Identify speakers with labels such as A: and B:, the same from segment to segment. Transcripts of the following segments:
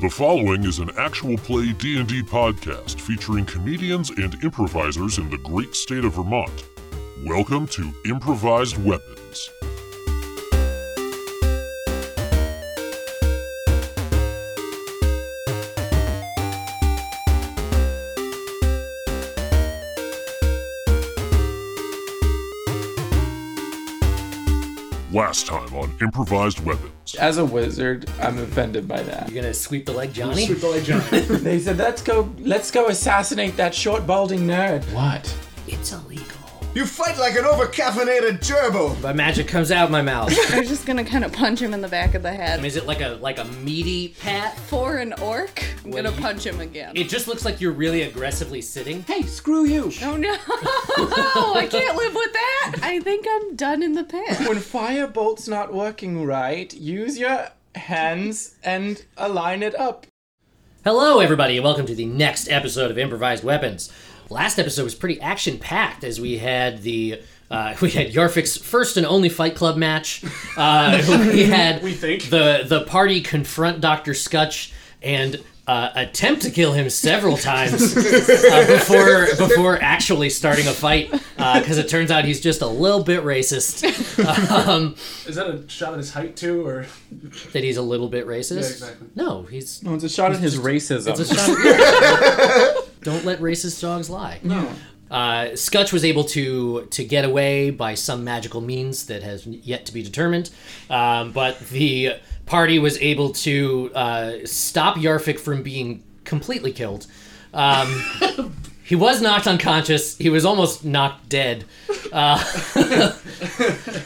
A: The following is an actual play D&D podcast featuring comedians and improvisers in the great state of Vermont. Welcome to Improvised Weapons. Last time on Improvised Weapons.
B: As a wizard, I'm offended by that.
C: You're gonna sweep the leg, Johnny.
B: They said, "Let's go, let's go assassinate that short balding nerd." What?
C: It's illegal.
D: You fight like an overcaffeinated gerbil.
C: My magic comes out of my mouth. I
E: I was just gonna kind of punch him in the back of the
C: mean,
E: head.
C: is it like a like a meaty pat?
E: For an orc, I'm gonna punch him again.
C: It just looks like you're really aggressively sitting.
B: Hey, screw you!
E: Oh no! I can't live with that. I think I'm done in the pit.
B: When firebolt's not working right, use your hands and align it up.
C: Hello, everybody, and welcome to the next episode of Improvised Weapons. Last episode was pretty action packed as we had the. Uh, we had Yarfik's first and only Fight Club match. Uh, we had we think. the the party confront Doctor Scutch and uh, attempt to kill him several times uh, before before actually starting a fight because it turns out he's just a little bit racist. Um,
F: Is that a shot at his height too, or
C: that he's a little bit racist.
F: Yeah, exactly.
C: No, he's
B: No, it's a shot at his racism.
C: It's a shot- Don't let racist dogs lie. No. Uh, Scutch was able to to get away by some magical means that has yet to be determined, um, but the party was able to uh, stop Yarfik from being completely killed. Um, he was knocked unconscious. He was almost knocked dead. Uh,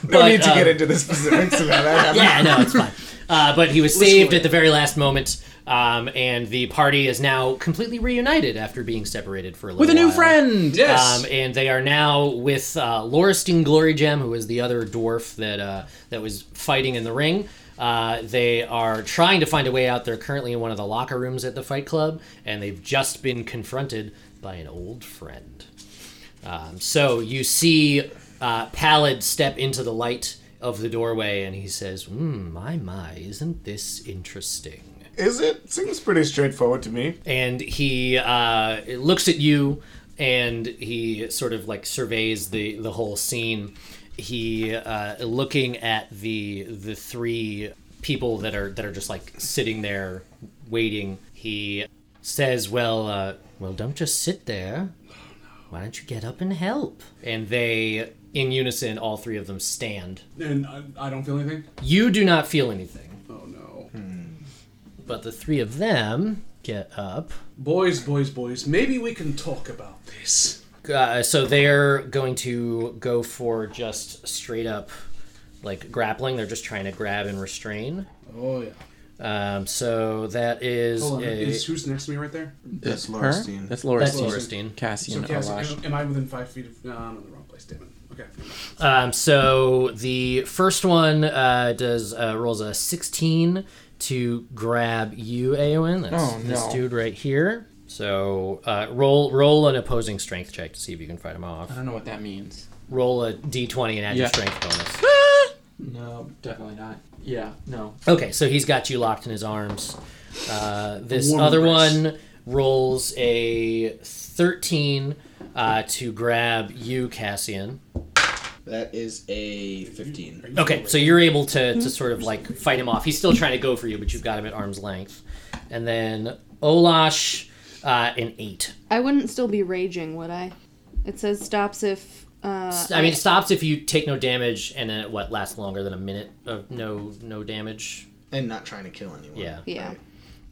C: but,
D: need to
C: um,
D: get into the specifics of how that happened.
C: yeah, no, it's fine. Uh, but he was saved at the very last moment, um, and the party is now completely reunited after being separated for a little
B: With a new
C: while.
B: friend.
C: Um, and they are now with uh, Loristing Glorygem, who is the other dwarf that uh, that was fighting in the ring. Uh, they are trying to find a way out. They're currently in one of the locker rooms at the Fight Club, and they've just been confronted by an old friend. Um, so you see uh, Pallid step into the light of the doorway, and he says, Hmm, my, my, isn't this interesting?
D: Is it? Seems pretty straightforward to me.
C: and he uh, looks at you and he sort of like surveys the the whole scene he uh, looking at the the three people that are that are just like sitting there waiting he says well uh, well don't just sit there why don't you get up and help and they in unison all three of them stand
F: and I, I don't feel anything?
C: you do not feel anything
F: Oh no.
C: but the three of them get up
F: Boys, boys, boys. Maybe we can talk about this.
C: Uh, so they're going to go for just straight up like grappling. They're just trying to grab and restrain.
F: Oh yeah.
C: Um, so that is
F: Hold on.
C: a-
F: Is who's next to me right there?
G: That's
B: Her? That's
G: Laurstein.
C: that's
B: Laura's
C: Loristeen.
B: Cassian
F: So Cass,
B: Alash.
F: am, am I within five feet of? No, I'm in the wrong place. Damn it. Okay.
C: Um, so the first one uh, does uh, rolls a sixteen to grab you, Aowen. That's
B: Oh,
C: this
B: no.
C: dude right here. So uh, roll roll an opposing strength check to see if you can fight him off.
B: I don't know what that means.
C: Roll a d twenty and add your
B: Yeah.
C: strength bonus.
B: No, definitely not. Yeah, no.
C: Okay, so he's got you locked in his arms. Uh, this
F: Warm
C: other
F: embrace.
C: one rolls a 13 uh, to grab you, Cassian.
G: That is a 15.
C: Okay, so you're able to, to sort of like fight him off. He's still trying to go for you, but you've got him at arm's length. And then Olash, uh, an 8.
E: I wouldn't still be raging, would I? It says stops if. Uh,
C: I mean, it stops if you take no damage, and then it, what lasts longer than a minute of no no damage.
G: And not trying to kill anyone.
C: Yeah.
E: yeah.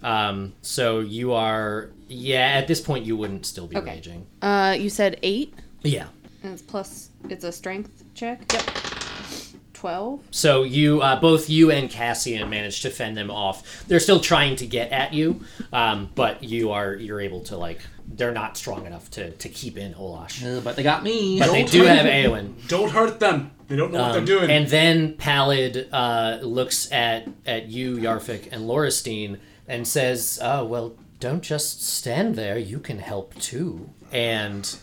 C: Um. So you are. Yeah. At this point, you wouldn't still be
E: Okay.
C: raging.
E: Uh, you said eight,
C: Yeah.
E: and it's plus. It's a strength check. Yep. Twelve.
C: So you, uh, both you and Cassian, managed to fend them off. They're still trying to get at you, um, but you are you're able to like. They're not strong enough to to keep in Olash.
B: Uh, but they got me.
C: But they do have Aowen.
F: Don't hurt them. They don't know what they're doing.
C: And then Pallid uh, looks at at you, Yarfik, and Loristine, and says, "Oh well, don't just stand there. You can help too." And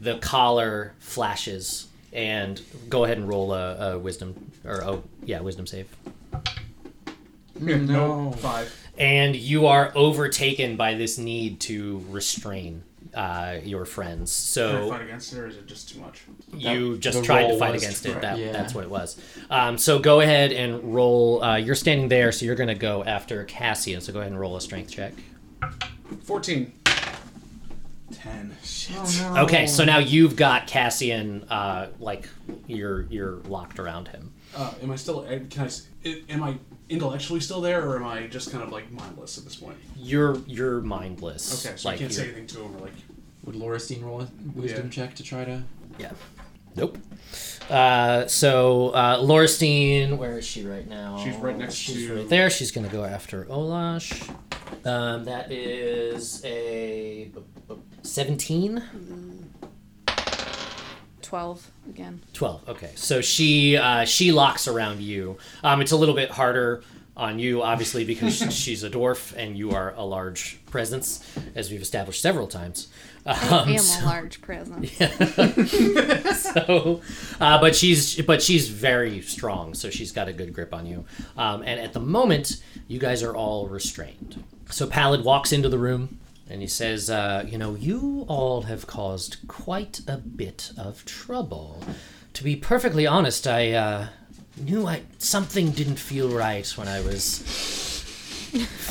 C: the collar flashes. And go ahead and roll a, a wisdom or oh yeah, wisdom save.
B: No.
F: Five.
C: and you are overtaken by this need to restrain uh, your friends.
F: Can I
C: So
F: fight against it, or is it just too much?
C: you
B: That-
C: just
B: the
C: tried to
B: roll
C: fight
B: was
C: against it.
F: right.
C: That,
B: Yeah.
C: That's what it was. Um, so go ahead and roll. Uh, you're standing there, so you're going to go after Cassian. So go ahead and roll a strength check.
F: Fourteen. Ten. Shit.
C: Okay, so now you've got Cassian, uh, like you're you're locked around him.
F: Uh, am I still? eh, Can I? s- i- Am I intellectually still there, or am I just kind of like mindless at this point?
C: You're you're mindless.
F: Okay, so I
C: like,
F: can't say
C: you're-
F: anything to him, or like.
B: Would Laura Steen roll a wisdom
F: Yeah.
B: check to try to?
C: Yeah. Nope. Uh, so uh, Lorstein, where is she right now?
F: She's right next
C: She's
F: to-
C: right there. She's gonna go after Olash. Um, that is a seventeen.
E: 12 again.
C: 12 okay so she uh, she locks around you um, it's a little bit harder on you obviously because she's a dwarf and you are a large presence as we've established several times um,
E: I am a large present.
C: so uh, but she's but she's very strong so she's got a good grip on you um, and at the moment you guys are all restrained so pallid walks into the room and he says uh, you know you all have caused quite a bit of trouble to be perfectly honest i uh, knew i something didn't feel right when i was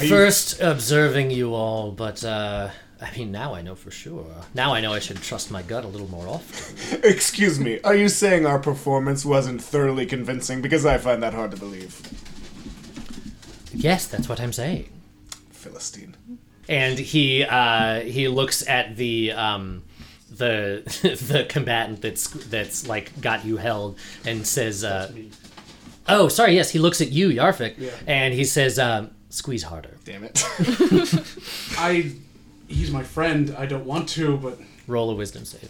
C: first observing you all but uh, i mean now i know for sure now i know i should trust my gut a little more often
D: Excuse me, are you saying our performance wasn't thoroughly convincing? Because I find that hard to believe.
C: Yes, that's what I'm saying.
D: Philistine.
C: And he uh, he looks at the um, the the combatant that's that's like got you held and says, uh, "Oh, sorry. Yes, he looks at you, Yarfik, and he says, um, squeeze harder.
D: Damn it.
F: I. He's my friend. I don't want to, but
C: Roll a wisdom save.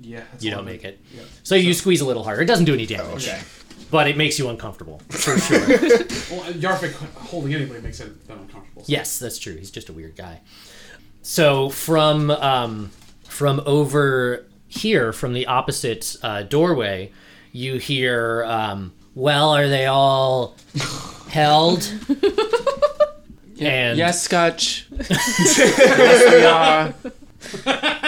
F: yeah. That's
C: You
F: all
C: don't
F: I-
C: make it.
F: Yeah.
C: So you squeeze a little harder. It doesn't do any damage,
D: okay.
C: but it makes you uncomfortable."
F: Well, Yarvik holding anybody makes it them uncomfortable. so-
C: Yes, that's true. He's just a weird guy. So from um, from over here, from the opposite uh, doorway, you hear, um, "Well, are they all held?" and
B: Yes, Scotch. yes, we are.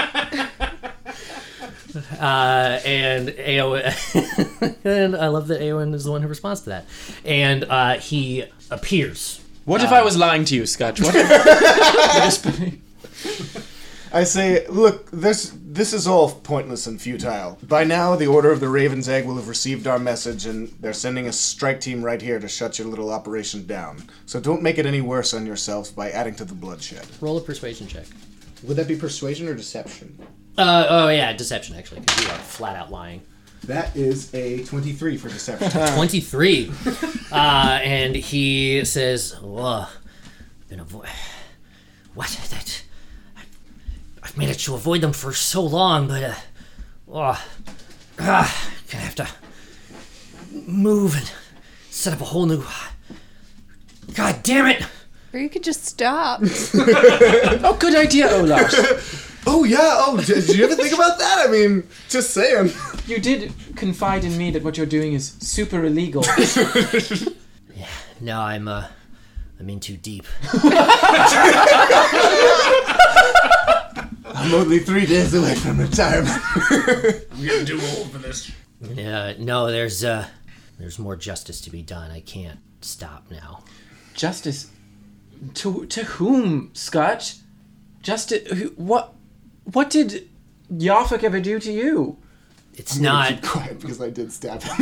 C: uh, and Aowen, and I love that Aowen is the one who responds to that. And uh, he appears.
B: What if I was lying to you, Scotch? What if...
D: I say, look, this this is all pointless and futile. By now, the Order of the Raven's Egg will have received our message, and they're sending a strike team right here to shut your little operation down. So don't make it any worse on yourselves by adding to the bloodshed.
C: Roll a persuasion check.
G: Would that be persuasion or deception?
C: Uh, oh yeah, deception actually, 'cause you are flat out lying.
G: That is a 23 for deception.
C: 23. uh, and he says, Whoa, been avo- what? That, I, I've managed to avoid them for so long, but uh, oh, ah, gonna have to move and set up a whole new. God damn it!
E: Or you could just stop.
B: Oh, good idea, Olaf.
D: Oh yeah. Oh, d- did you ever think about that? I mean, just saying.
B: You did confide in me that what you're doing is super illegal.
C: Now I'm, uh, I'm in too deep.
D: I'm only three days away from retirement.
F: I'm getting too old for this.
C: Uh, no, there's, uh, there's more justice to be done. I can't stop now.
B: Justice. To to whom, Scotch? Justice. Who, what? What did Yarfik ever do to you?
C: It's not.
D: Keep quiet because I did stab him.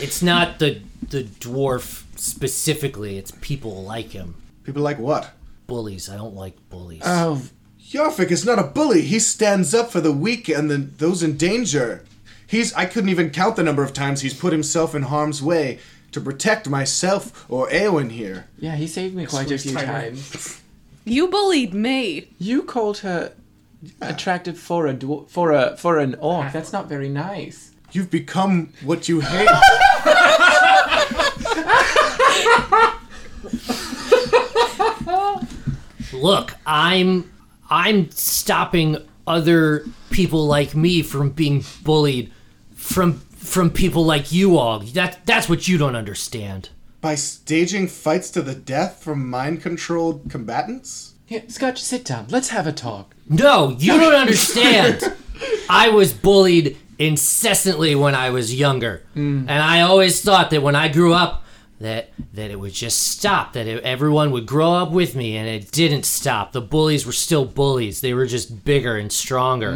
C: It's not the the dwarf specifically. It's people like him.
D: People like what?
C: Bullies. I don't like bullies.
B: Oh,
D: Yarfik is not a bully. He stands up for the weak and the, those in danger. He's I couldn't even count the number of times he's put himself in harm's way to protect myself or Eowyn here.
B: yeah, he saved me quite a few times.
E: you bullied me.
B: You called her attractive for a dwar- for a for an orc. Ah, That's not very nice.
D: You've become what you hate.
C: Look, I'm I'm stopping other people like me from being bullied from from people like you all. That that's what you don't understand.
D: by staging fights to the death from mind controlled combatants?
B: Here, Scotch, sit down. Let's have a talk.
C: No, you don't understand. I was bullied incessantly when I was younger, and I always thought that when I grew up, that that it would just stop. That it, everyone would grow up with me, and it didn't stop. The bullies were still bullies. They were just bigger and stronger.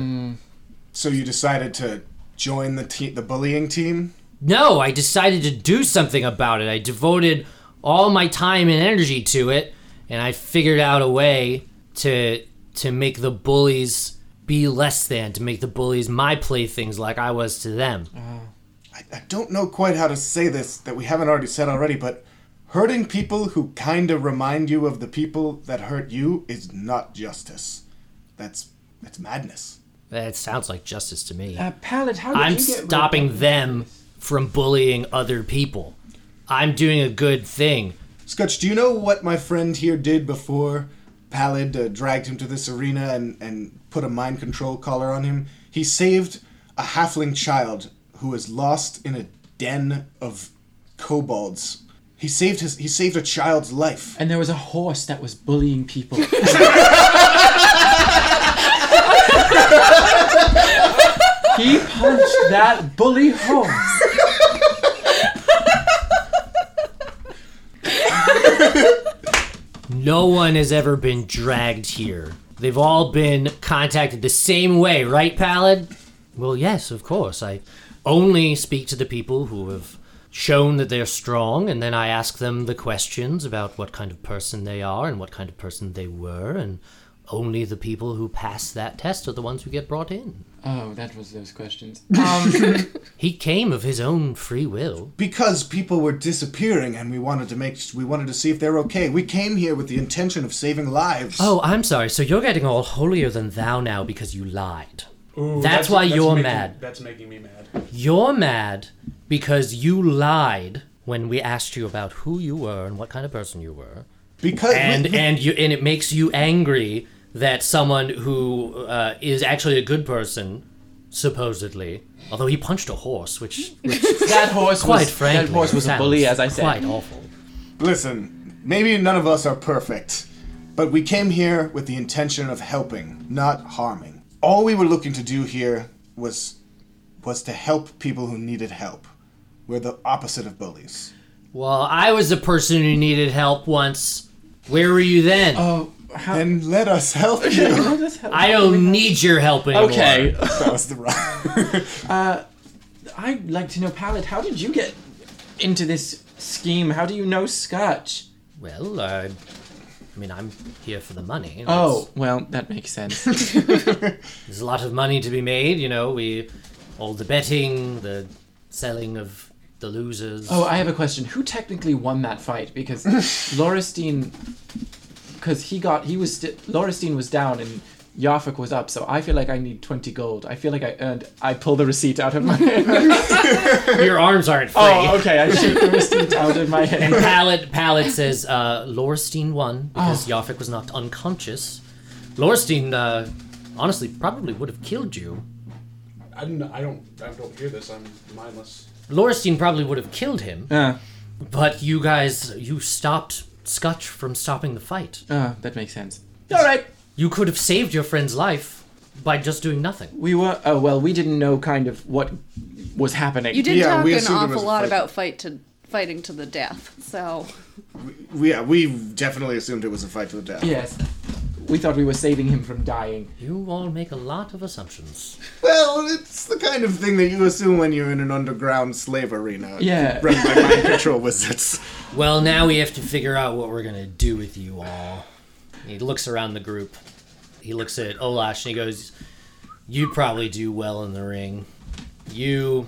D: So you decided to join the te- the bullying team?
C: No, I decided to do something about it. I devoted all my time and energy to it, and I figured out a way to to make the bullies be less than, to make the bullies my playthings like I was to them.
B: Uh-huh.
D: I, I don't know quite how to say this that we haven't already said already, but hurting people who kinda remind you of the people that hurt you is not justice. That's that's madness.
C: That sounds like justice to me.
B: Uh, Pallet, how did
C: I'm
B: you get rid of-
C: stopping them from bullying other people. I'm doing a good thing.
D: Scutch, do you know what my friend here did before Pallid uh, dragged him to this arena and, and put a mind control collar on him? He saved a halfling child who was lost in a den of kobolds. He saved his he saved a child's life.
B: And there was a horse that was bullying people. he punched that bully horse.
C: No one has ever been dragged here. They've all been contacted the same way, right, Palad? Well, yes, of course. I only speak to the people who have shown that they're strong, and then I ask them the questions about what kind of person they are and what kind of person they were, and only the people who pass that test are the ones who get brought in.
B: Oh, that was those questions.
C: He came of his own free will.
D: Because people were disappearing and we wanted to make we wanted to see if they're okay. We came here with the intention of saving lives.
C: Oh, I'm sorry. So you're getting all holier than thou now because you lied.
F: Ooh,
C: That's why you're
F: making-
C: mad.
F: That's making me mad.
C: You're mad because you lied when we asked you about who you were and what kind of person you were,
D: because
C: and
D: we- we-
C: and you and it makes you angry that someone who uh, is actually a good person, supposedly, although he punched a horse, which, which
B: that horse
C: quite
B: was
C: frankly,
B: that horse was a
C: sounds
B: bully, as I said.
C: quite awful.
D: Listen, maybe none of us are perfect, but we came here with the intention of helping, not harming. All we were looking to do here was was to help people who needed help. We're the opposite of bullies.
C: Well, I was the person who needed help once. Where were you then?
B: Oh, how?
D: And let us help you.
C: I don't need your help anymore.
B: Okay,
D: that was the wrong.
B: I'd like to know, Pallet, how did you get into this scheme? How do you know Scotch?
C: Well, uh, I mean, I'm here for the money.
B: Oh, well, that makes sense.
C: There's a lot of money to be made, you know. We all the betting, the selling of the losers.
B: Oh, I have a question. Who technically won that fight? Because Lauristine, because he got he was st- Lauristine was down and Yafik was up. So I feel like I need twenty gold. I feel like I earned. I pull the receipt out of my.
C: your arms aren't free.
B: oh, okay. I shoot the receipt out of my hand.
C: Pallet, Pallet says uh, Lorstein won
B: Oh.
C: because Yafik was knocked unconscious. Lorstein, uh, honestly, probably would have killed you.
F: I don't. I don't. I don't hear this. I'm mindless.
C: Lorstein probably would have killed him,
B: Uh,
C: but you guys, you stopped Scutch from stopping the fight.
B: uh, that makes sense. All right.
C: You could have saved your friend's life by just doing nothing.
B: We were. Oh well, we didn't know kind of what was happening.
E: You did
D: Yeah,
E: talk
D: we
E: an
D: assumed it was
E: awful
D: a
E: lot
D: fight.
E: about fight to fighting to the death. So
D: yeah, we definitely assumed it was a fight to the death.
B: Yes. We thought we were saving him from dying.
C: You all make a lot of assumptions.
D: Well, it's the kind of thing that you assume when you're in an underground slave arena.
B: Yeah.
D: Run by mind control wizards.
C: Well, now we have to figure out what we're gonna do with you all. He looks around the group. He looks at Olash and he goes, "You probably do well in the ring. You,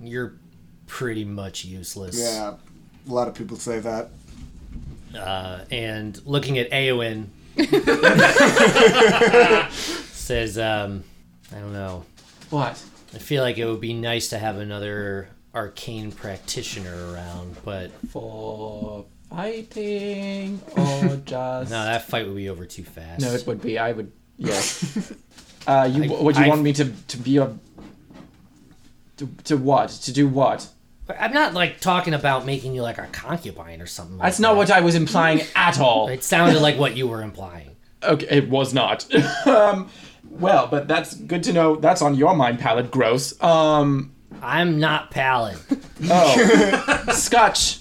C: you're pretty much useless."
D: Yeah, a lot of people say that.
C: Uh, and looking at Aowen, says, um, "I don't know.
B: What?
C: I feel like it would be nice to have another arcane practitioner around, but
B: For fighting or just?
C: no, that fight would be over too fast."
B: No, it would be. I would. Yes. uh, you.
C: I-
B: would you
C: I-
B: want me to to be a? To, to what? To do what?
C: I'm not like talking about making you like a concubine or something. like
B: That's not
C: that.
B: what I was implying at all.
C: It sounded like what you were implying.
B: Okay, it was not. um, well, but that's good to know. That's on your mind, Palad. Gross. Um, oh.
C: I'm not pallid.
B: Scotch.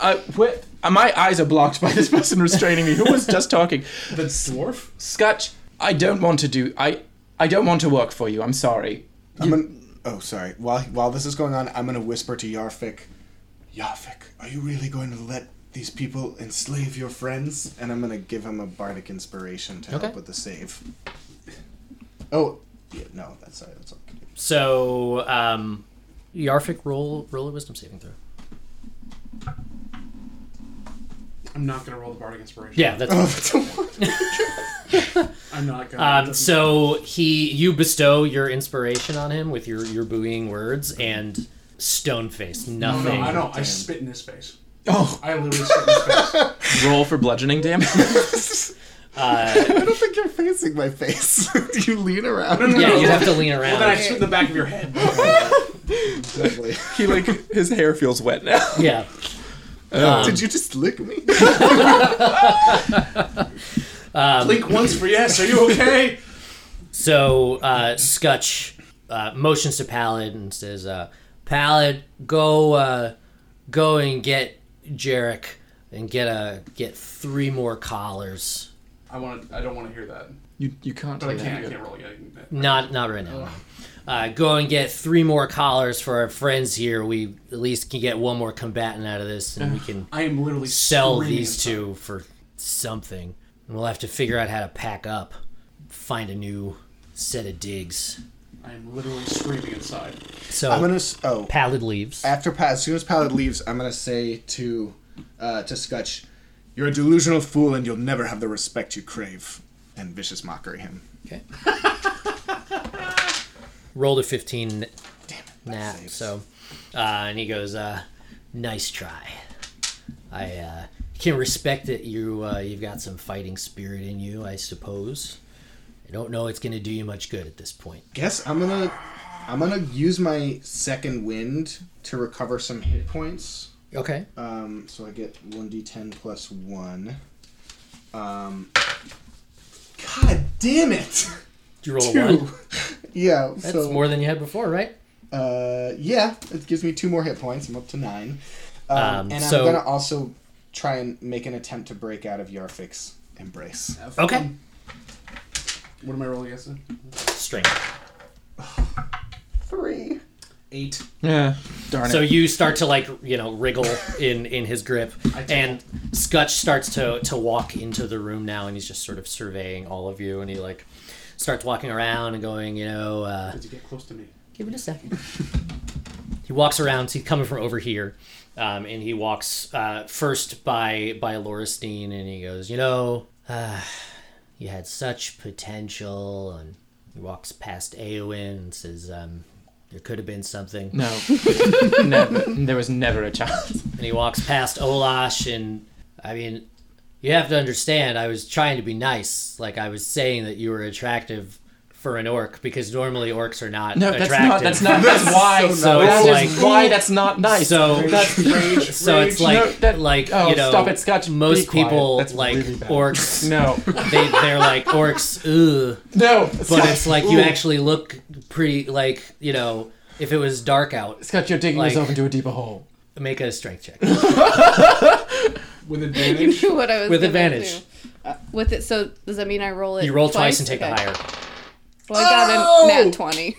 B: Uh, wh- uh, my eyes are blocked by this person restraining me. Who was just talking?
F: The dwarf?
B: Scotch. I don't want to do. I. I don't want to work for you. I'm sorry.
D: I'm gonna, oh, sorry. While while this is going on, I'm gonna whisper to Yarfik. Yarfik, are you really going to let these people enslave your friends? And I'm gonna give him a bardic inspiration to
C: Okay.
D: help with the save. Oh, yeah, no, that's sorry. That's all.
C: So, um, Yarfik, roll roll a wisdom saving throw.
F: I'm not gonna roll the bardic inspiration.
C: Yeah, that's.
F: I'm not gonna.
C: Um,
F: doesn't-
C: so he, you bestow your inspiration on him with your your buoying words and stone face.
F: no,
C: Nothing.
F: I don't. I spit in his face.
B: Oh,
F: I literally spit in his face.
B: roll for bludgeoning damage.
D: I don't think you're facing my face. you lean around.
C: Yeah, you have to lean around.
F: Then I spit in the back of your head.
D: Exactly.
B: he like his hair feels wet now.
C: yeah.
B: Um,
D: Did you just lick me?
C: Um,
F: Blink once for yes. Are you okay?
C: So uh, Scutch uh, motions to Pallid and says, uh, "Pallid, go, uh, go and get Jarek and get a get three more collars.
F: I want. to I don't want to hear that.
B: You you can't.
F: But I
B: do that.
F: can't. I can't roll again.
C: Not not right now. Uh, go and get three more collars for our friends here. We at least can get one more combatant out of this, and we can
F: I am literally
C: sell
F: screaming
C: these
F: inside.
C: two for something. And we'll have to figure out how to pack up, find a new set of digs.
F: I am literally screaming inside.
C: So
D: I'm gonna. s- Oh,
C: Pallid leaves.
D: after Pat, as soon as Pallet leaves, I'm gonna say to uh, to Scutch, "You're a delusional fool, and you'll never have the respect you crave." And vicious mockery him.
C: Okay. Rolled a 15 nat,
D: saves.
C: so. Uh, and he goes, uh, nice try. I uh, can respect that you, uh, you've got some fighting spirit in you, I suppose. I don't know it's going to do you much good at this point.
D: Guess I'm gonna I'm gonna use my second wind to recover some hit points.
C: Okay.
D: Um, so I get one d10 plus one. Um, God damn it!
C: you roll a
D: Two.
C: one?
D: yeah.
C: That's
D: so
C: more than you had before, right?
D: Uh, yeah, it gives me two more hit points. I'm up to nine. Um,
C: Um,
D: and
C: so-
D: I'm gonna also try and make an attempt to break out of Yarfik's embrace.
C: Okay.
F: What am I rolling against? then?
C: Strength.
D: Three.
F: Eight.
B: Yeah. Darn
C: So
B: it.
C: you start to like you know wriggle in in his grip, and Scutch starts to to walk into the room now, and he's just sort of surveying all of you, and he like starts walking around and going, you know, uh,
F: Did you get close to me?
C: give it a second. he walks around. So he's coming from over here, um, and he walks uh, first by by Lauristine, and he goes, you know, uh, you had such potential, and he walks past Aowen and says, um, there could have been something.
B: No. never. There was never a chance.
C: and he walks past Olash and I mean you have to understand I was trying to be nice like I was saying that you were attractive for an orc because normally orcs are not
B: No, that's
C: attractive.
B: not. That's not. That's why.
C: So
B: that
C: it's
B: is
C: like-
B: why that's not nice.
C: So-
B: that's
C: so it's like
B: No, that-
C: like
B: oh,
C: you know
B: stop it, Scotch. Be
C: most
B: quiet.
C: people
B: That's
C: like
B: really bad.
C: orcs
B: no,
C: they they're like orcs ugh
B: no.
C: but
B: Scotch,
C: it's like you
B: ooh.
C: actually look pretty like you know if it was dark out
B: Scotch, you're digging
C: like-
B: yourself into a deeper hole.
C: make a strength check
F: With
E: You
F: advantage.
E: knew what I was
C: With
E: gonna
C: advantage.
E: do. Uh, with it, so does that mean I roll it?
C: you roll twice and take
E: Okay.
C: a higher
E: Well, I got a nat twenty.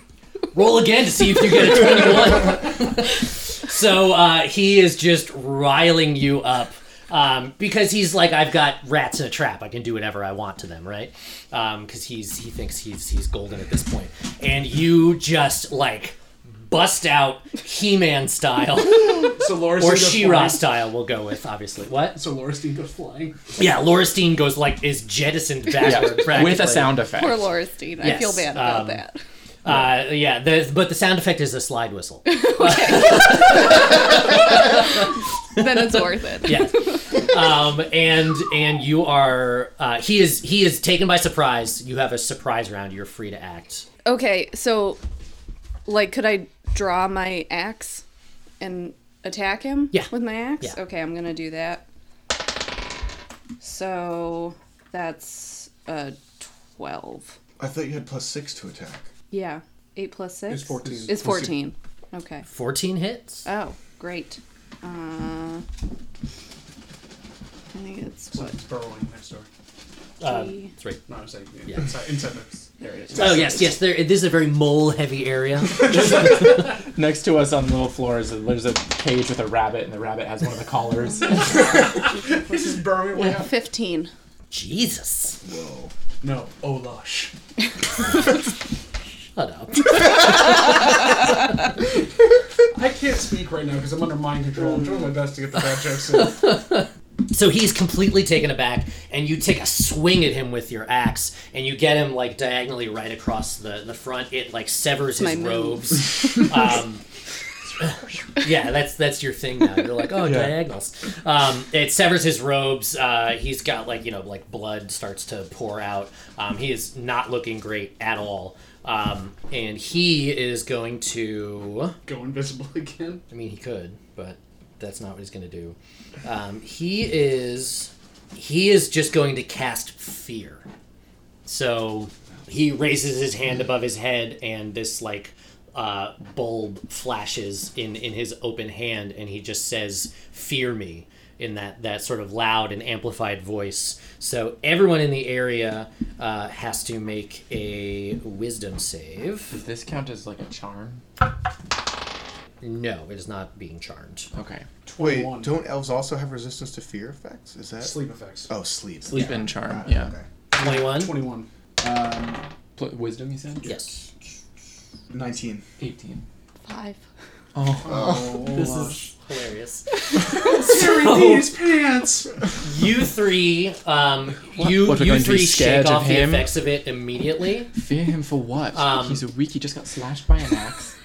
C: roll again to see if you get a 21 so uh, he is just riling you up um, because he's like i've got rats in a trap i can do whatever i want to them right because he's he thinks he's he's golden at this point and you just like bust out he-man style
F: So Laura's
C: or
F: goes
C: she-ra
F: flying.
C: style we'll go with obviously what
F: So Laura's team goes flying.
C: yeah lauristine goes like is jettisoned backward
B: With a
C: practically.
B: sound effect.
E: Poor Lauristine. I feel
C: Yes,
E: bad about
C: um,
E: that.
C: Uh, yeah, the, but the sound effect is a slide whistle.
E: Then it's worth it.
C: yeah. Um, and and you are uh, he is he is taken by surprise. You have a surprise round. You're free to act.
E: Okay, so like, could I draw my axe and attack him
C: Yeah.
E: with my axe?
C: Yeah.
E: Okay, I'm gonna do that. So that's uh twelve.
D: I thought you had plus six to attack.
E: Yeah. Eight plus six?
F: It's 14.
E: It's fourteen. Okay.
C: 14 hits.
E: Oh, great. Uh I think it's
C: Uh,
E: what?
F: It's burrowing next door.
E: G-
C: It's right.
F: No, I'm saying yeah. inside, inside the area.
C: Oh, yes, yes. There, this is a very mole heavy area.
B: Next to us on the little floor is a, there's a cage with a rabbit, and the rabbit has one of the collars.
F: This is burrowing way out.
E: Fifteen.
C: Jesus.
F: No, oh lush.
C: Shut up.
F: I can't speak right now because I'm under mind control. I'm doing my best to get the bad jokes in.
C: So he's completely taken aback, and you take a swing at him with your axe, and you get him like diagonally right across the, the front. It like severs his
E: my move.
C: robes. um, yeah, that's that's your thing now. You're like, oh, diagonals. Um, it severs his robes. Uh, he's got like you know like blood starts to pour out. Um, he is not looking great at all, um, and he is going to.
F: Go invisible again.
C: I mean, he could, but that's not what he's going to do. Um, he is he is just going to cast fear. So he raises his hand above his head, and this like uh, bulb flashes in in his open hand, and he just says, "Fear me." In that, that sort of loud and amplified voice. So everyone in the area uh, has to make a wisdom save.
B: Does this count as like a charm?
C: No, it is not being charmed.
B: Okay.
D: Wait,
F: 21.
D: don't elves also have resistance to fear effects? Is that
F: Sleep effects.
D: Oh, sleep.
B: Sleep and charm. Yeah.
C: 21?
F: 21.
B: Pl- wisdom, you said?
C: Yes.
D: Nineteen.
B: 18.
E: Five.
C: This is hilarious.
D: These pants.
C: You three, um, you
B: What, we're
C: you
B: going to be
C: three shake
B: scared of
C: off the
B: him?
C: effects of it immediately.
B: Fear him for what?
C: Um,
B: He's a weak, he just got slashed by an axe.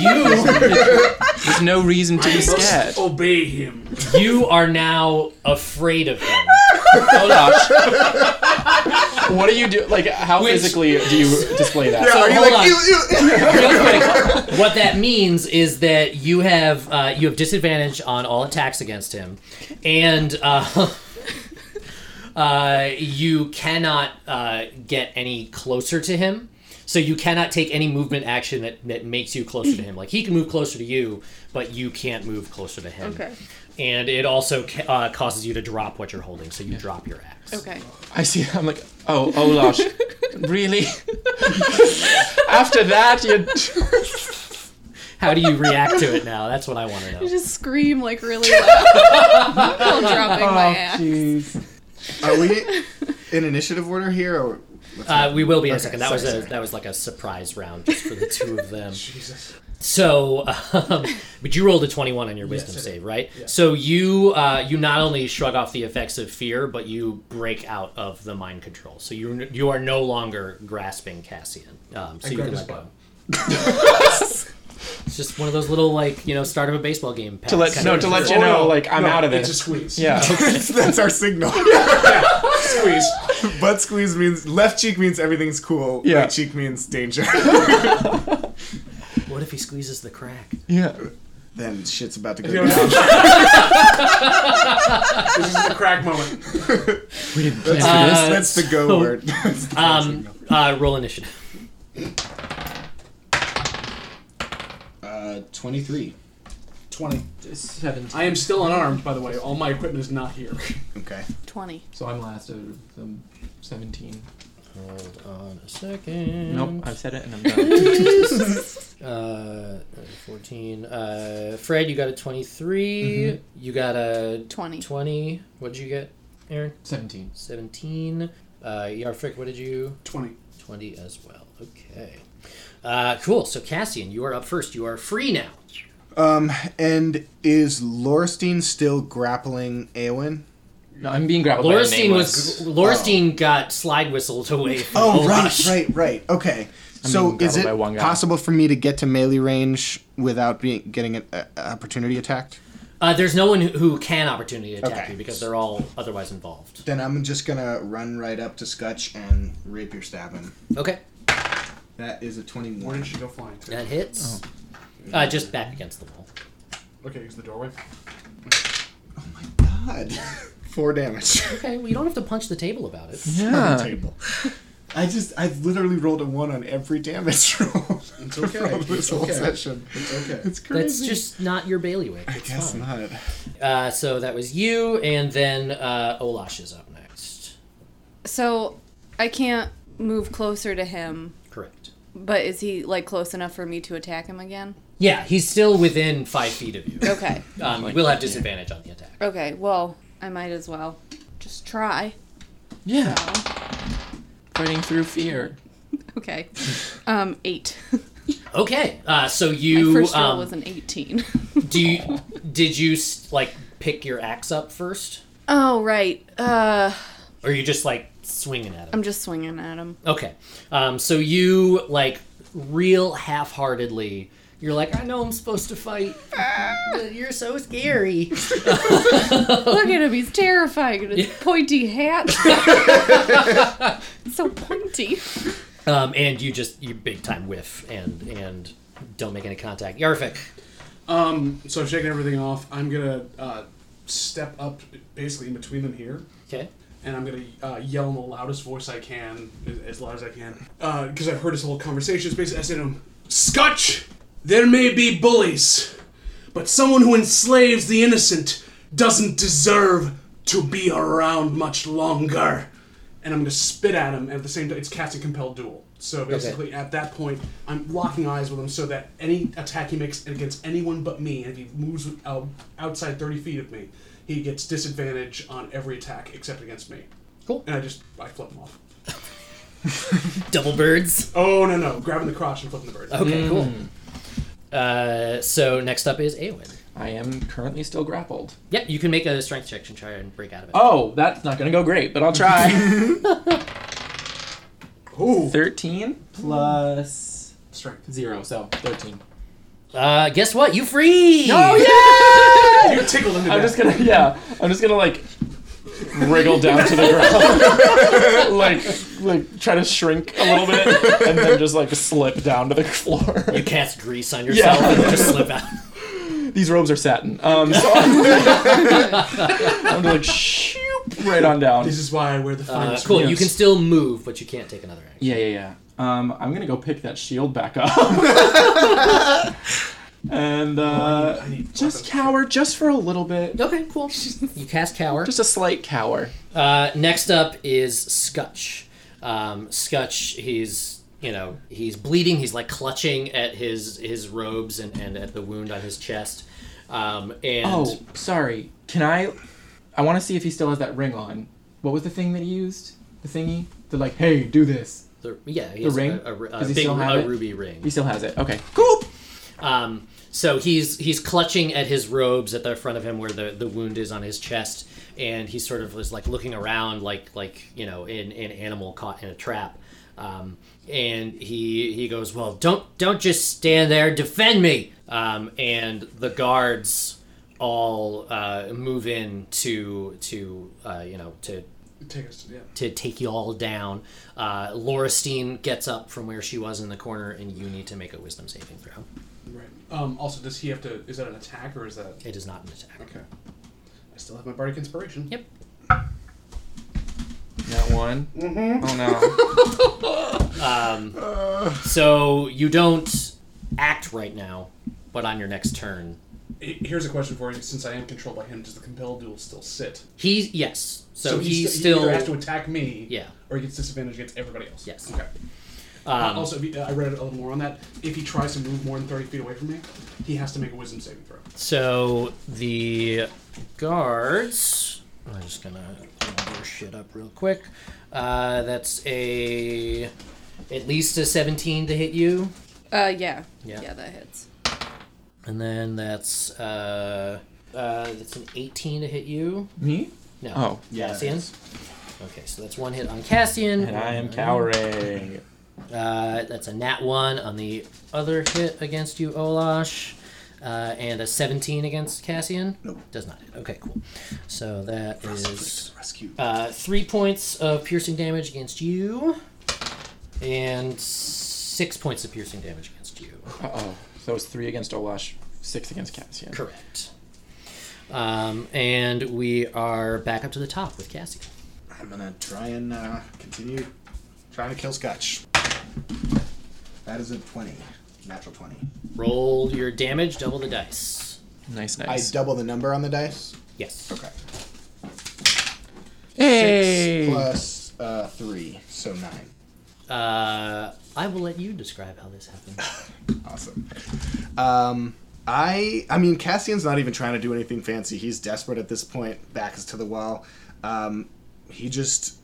C: You
B: There's no reason to be scared.
F: Obey him.
C: you are now afraid of him.
B: Oh gosh. what do you do? Like, how
C: Which-
B: physically do you display that?
C: So
D: Are you
C: hold
D: like
C: on.
D: ew, ew, ew?
C: Real quick, what that means is that you have uh, you have disadvantage on all attacks against him, and uh, uh, you cannot uh, get any closer to him. So you cannot take any movement action that, that makes you closer to him. Like he can move closer to you, but you can't move closer to him.
E: Okay.
C: And it also ca- uh, causes you to drop what you're holding, so you drop your axe.
E: Okay.
B: I see. I'm like, oh, Olash, really? After that, you.
C: How do you react to it now? That's what I want to know.
E: Just scream like really loud while dropping
B: Oh,
C: Oh,
E: my axe.
D: Are we in initiative order here? Or what's
C: Uh,
D: that?
C: we will be in a
D: Okay,
C: second. That was
D: sorry,
C: a
D: sorry.
C: that was like a surprise round just for the two of them.
F: Jesus.
C: So, um, but you rolled a twenty-one on your wisdom
F: I did.
C: save, right? So you uh, you not only shrug off the effects of fear, but you break out of the mind control. So you you are no longer grasping Cassian. Um, so
F: I
C: you
F: grabbed
C: can let
F: his
C: go.
F: butt.
C: It's just one of those little like you know start of a baseball game.
B: to let
C: pats.
B: no, to let you know, like I'm
F: No,
B: out of
F: it's
B: this.
F: a squeeze.
B: Yeah.
D: That's our signal.
F: Squeeze.
D: Butt squeeze means left cheek means everything's cool.
B: Yeah.
D: Right cheek means danger.
C: What if he squeezes the crack?
B: Yeah.
D: then shit's about to go.
F: You know,
D: down.
F: this is the crack moment.
B: We didn't plan for this.
D: That's- that's the go word. That's the go
C: Um,
D: signal.
C: uh, roll initiative.
G: Uh, 23.
F: 20.
B: Seven.
F: I am still unarmed, by the way. All my equipment is not here.
D: okay.
E: Twenty.
B: So I'm last out of them. Seventeen.
C: Hold on a second.
B: Nope, I've said it and I'm done.
C: Uh, 14. Uh, Fred, you got a 23.
D: Mm-hmm.
C: You got a
E: Twenty.
C: 20. What did you get, Aaron?
B: Seventeen.
C: 17. Uh, Yarfrick, what did you?
F: 20.
C: 20 as well. Okay. Uh, cool. So, Cassian, you are up first. You are free now.
D: Um, and is Lorstein still grappling Aowen?
B: No, I'm being grappled by a
C: Lorestein
B: nameless.
C: was. Lorestein got slide whistled away from
D: Oh,
C: Old
D: right,
C: Rush.
D: right, right. Okay. so
B: being
D: is
B: grappled
D: it
B: by one guy.
D: possible for me to get to melee range without being getting an uh, opportunity attacked?
C: Uh, there's no one who- who can opportunity attack
D: Okay.
C: you because they're all otherwise involved.
D: Then I'm just gonna run right up to Scutch and rapier stab him.
C: Okay.
D: That is a
F: Where
D: twenty-one.
F: did she go flying to?
D: Oh.
C: That hits. Uh, just back against the wall.
F: Okay, use the doorway.
G: God.
D: Four damage.
C: Okay, well, you don't have to punch the table about it.
B: Yeah.
D: Table.
G: I just, I've literally rolled a one on every damage roll.
D: It's okay.
G: From this
D: It's
G: whole
D: okay.
G: session.
D: It's okay.
G: It's crazy.
C: That's just not your bailiwick.
D: I guess not.
C: Uh, so that was you, and then uh, Olash is up next.
E: So I can't move closer to him,
C: Correct.
E: but is he like close enough for me to attack him again?
C: Yeah, he's still within five feet of you.
E: Okay.
C: Um, you will have disadvantage on the attack.
E: Okay, well, I might as well just try.
B: Yeah. Fighting through fear.
E: Okay. Um, eight.
C: Okay, uh, so
E: My
C: you
E: first roll
C: um,
E: was an 18.
C: do you, did you s- like pick your axe up first,
E: oh, right. Uh,
C: or are you just like swinging at him?
E: I'm just swinging at him.
C: Okay, um, so you like real half-heartedly. You're like, I know I'm supposed to fight. but You're so scary.
E: Look at him. He's terrifying. in His pointy hat. so pointy.
C: Um, and you just you big time whiff and and don't make any contact. Yarvik.
F: Um, so I've shaken everything off. I'm gonna uh, step up, basically in between them here,
C: Okay.
F: and I'm gonna uh, yell in the loudest voice I can, as, as loud as I can, because I've heard this whole conversation. It's basically, I said to him, "Scotch, there may be bullies, but someone who enslaves the innocent doesn't deserve to be around much longer." And I'm gonna spit at him, and at the same time, it's casting compelled duel. So basically, at that point, I'm locking eyes with him so that any attack he makes against anyone but me, and if he moves out, outside 30 feet of me, he gets disadvantage on every attack except against me.
C: Cool.
F: And I just I flip him off.
C: Double birds.
F: Oh no no! Grabbing the crotch and flipping the bird.
C: Okay, cool. Uh, so next up is Awen.
B: I am currently still grappled.
C: Yep, you can make a strength check and try and break out of it.
B: Oh, that's not gonna go great, but I'll try.
F: Ooh.
B: Thirteen plus
F: Strength.
B: zero, so thirteen.
C: Uh, guess what? You free.
B: Oh yeah!
F: You tickled him. to
B: I'm
F: death.
B: just gonna yeah. I'm just gonna like wriggle down to the ground, like like try to shrink a little bit, and then just like slip down to the floor.
C: You cast grease on yourself
B: Yeah.
C: and just slip out.
B: These robes are satin. Um, so I'm, I'm like shoop right on down.
F: This is why I wear the
C: Uh,
F: finest.
C: cool. You
F: robes.
C: can still move, but you can't take another action.
B: Yeah, yeah, yeah. Um, I'm gonna go pick that shield back up. and uh,
F: I need
B: just
F: weapons.
B: cower, just for a little bit,
C: Okay, cool. you cast cower.
B: just a slight cower.
C: Uh, next up is Scutch. Um, Scutch, he's you know he's bleeding. He's like clutching at his his robes and, and at the wound on his chest. Um, and
B: Oh, sorry. Can I? I want to see if he still has that ring on. What was the thing that he used? The thingy? The like, hey, do this.
C: the, yeah, he has
B: ring?
C: a, a, a
B: Does he
C: big
B: still have
C: a
B: it?
C: ruby ring.
B: He still has it. Okay. Cool.
C: Um, so he's he's clutching at his robes at the front of him where the, the wound is on his chest, and he sort of is like looking around like like you know an an animal caught in a trap. Um, and he he goes, well, don't don't just stand there, defend me. Um, and the guards all uh, move in to to uh, you know to
F: take us. Yeah.
C: to take you all down. Uh, Lauristine gets up from where she was in the corner, and you need to make a wisdom saving throw.
F: Right. Um. Also, does he have to? Is that an attack or is that?
C: It is not an attack.
F: Okay. I still have my bardic inspiration.
C: Yep.
B: That one. Mm-hmm. Oh
C: So you don't act right now, but on your next turn,
F: H- Here's a question for you. Since I am controlled by him, does the compelled duel still sit?
C: he yes. So,
F: he
C: he
F: st-
C: still
F: he either has to attack me.
C: Yeah.
F: Or he gets disadvantage against everybody else.
C: Yes. Um,
F: Okay. Uh, also, if he, uh, I read a little more on that. If he tries to move more than thirty feet away from me, he has to make a wisdom saving throw.
C: so the guards. I'm just gonna pull their shit up real quick. Uh, that's a at least a 17 to hit you,
E: Uh, yeah.
C: Yeah.
E: Yeah, that hits.
C: and then that's uh, uh, that's an 18 to hit you.
B: no. Me?
C: No.
B: Oh.
C: Cassian. Okay, so that's one hit on Cassian.
B: And I am cowering.
C: Uh, that's a nat one on the other hit against you, Olash, uh, and a 17 against Cassian. Nope. Does not hit. Okay, cool. So that is
D: Rescue.
C: uh, three points of piercing damage against you, and six points of piercing damage against you.
B: Uh oh. So it's three against Olash. Six against Cassian.
C: Correct. Um, and we are back up to the top with Cassie.
D: I'm gonna try and uh, continue trying to kill Scotch. That is a 20, natural 20.
C: Roll your damage, double the dice.
B: Nice,
D: I
B: nice.
D: double the number on the dice.
C: Yes.
D: Okay.
B: hey!
D: Six plus uh, three, so nine.
C: Uh, I will let you describe how this happened.
D: Awesome. Um, I I mean Cassian's not even trying to do anything fancy. He's desperate at this point. Back is to the wall. Um, he just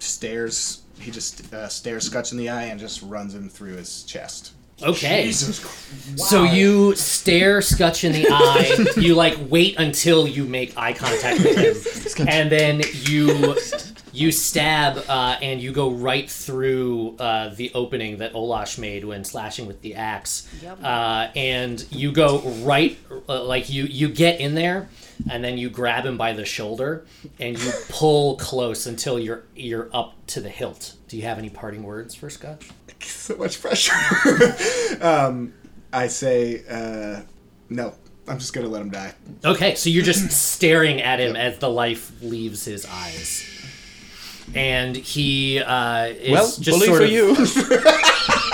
D: stares. He just uh, stares Scutch in the eye and just runs him through his chest.
C: Okay. So you stare Scutch in the eye. you like wait until you make eye contact with him, and then you you stab uh, and you go right through uh, the opening that Olash made when slashing with the axe. Uh, and you go right uh, like you you get in there. And then you grab him by the shoulder, and you pull close until you're you're up to the hilt. Do you have any parting words for Scutch?
D: So much pressure. um, I say uh, no. I'm just gonna let him die.
C: Okay, so you're just staring at him as the life leaves his eyes. And he uh, is
B: well,
C: just
B: bully
C: sort
B: for
C: of,
B: you.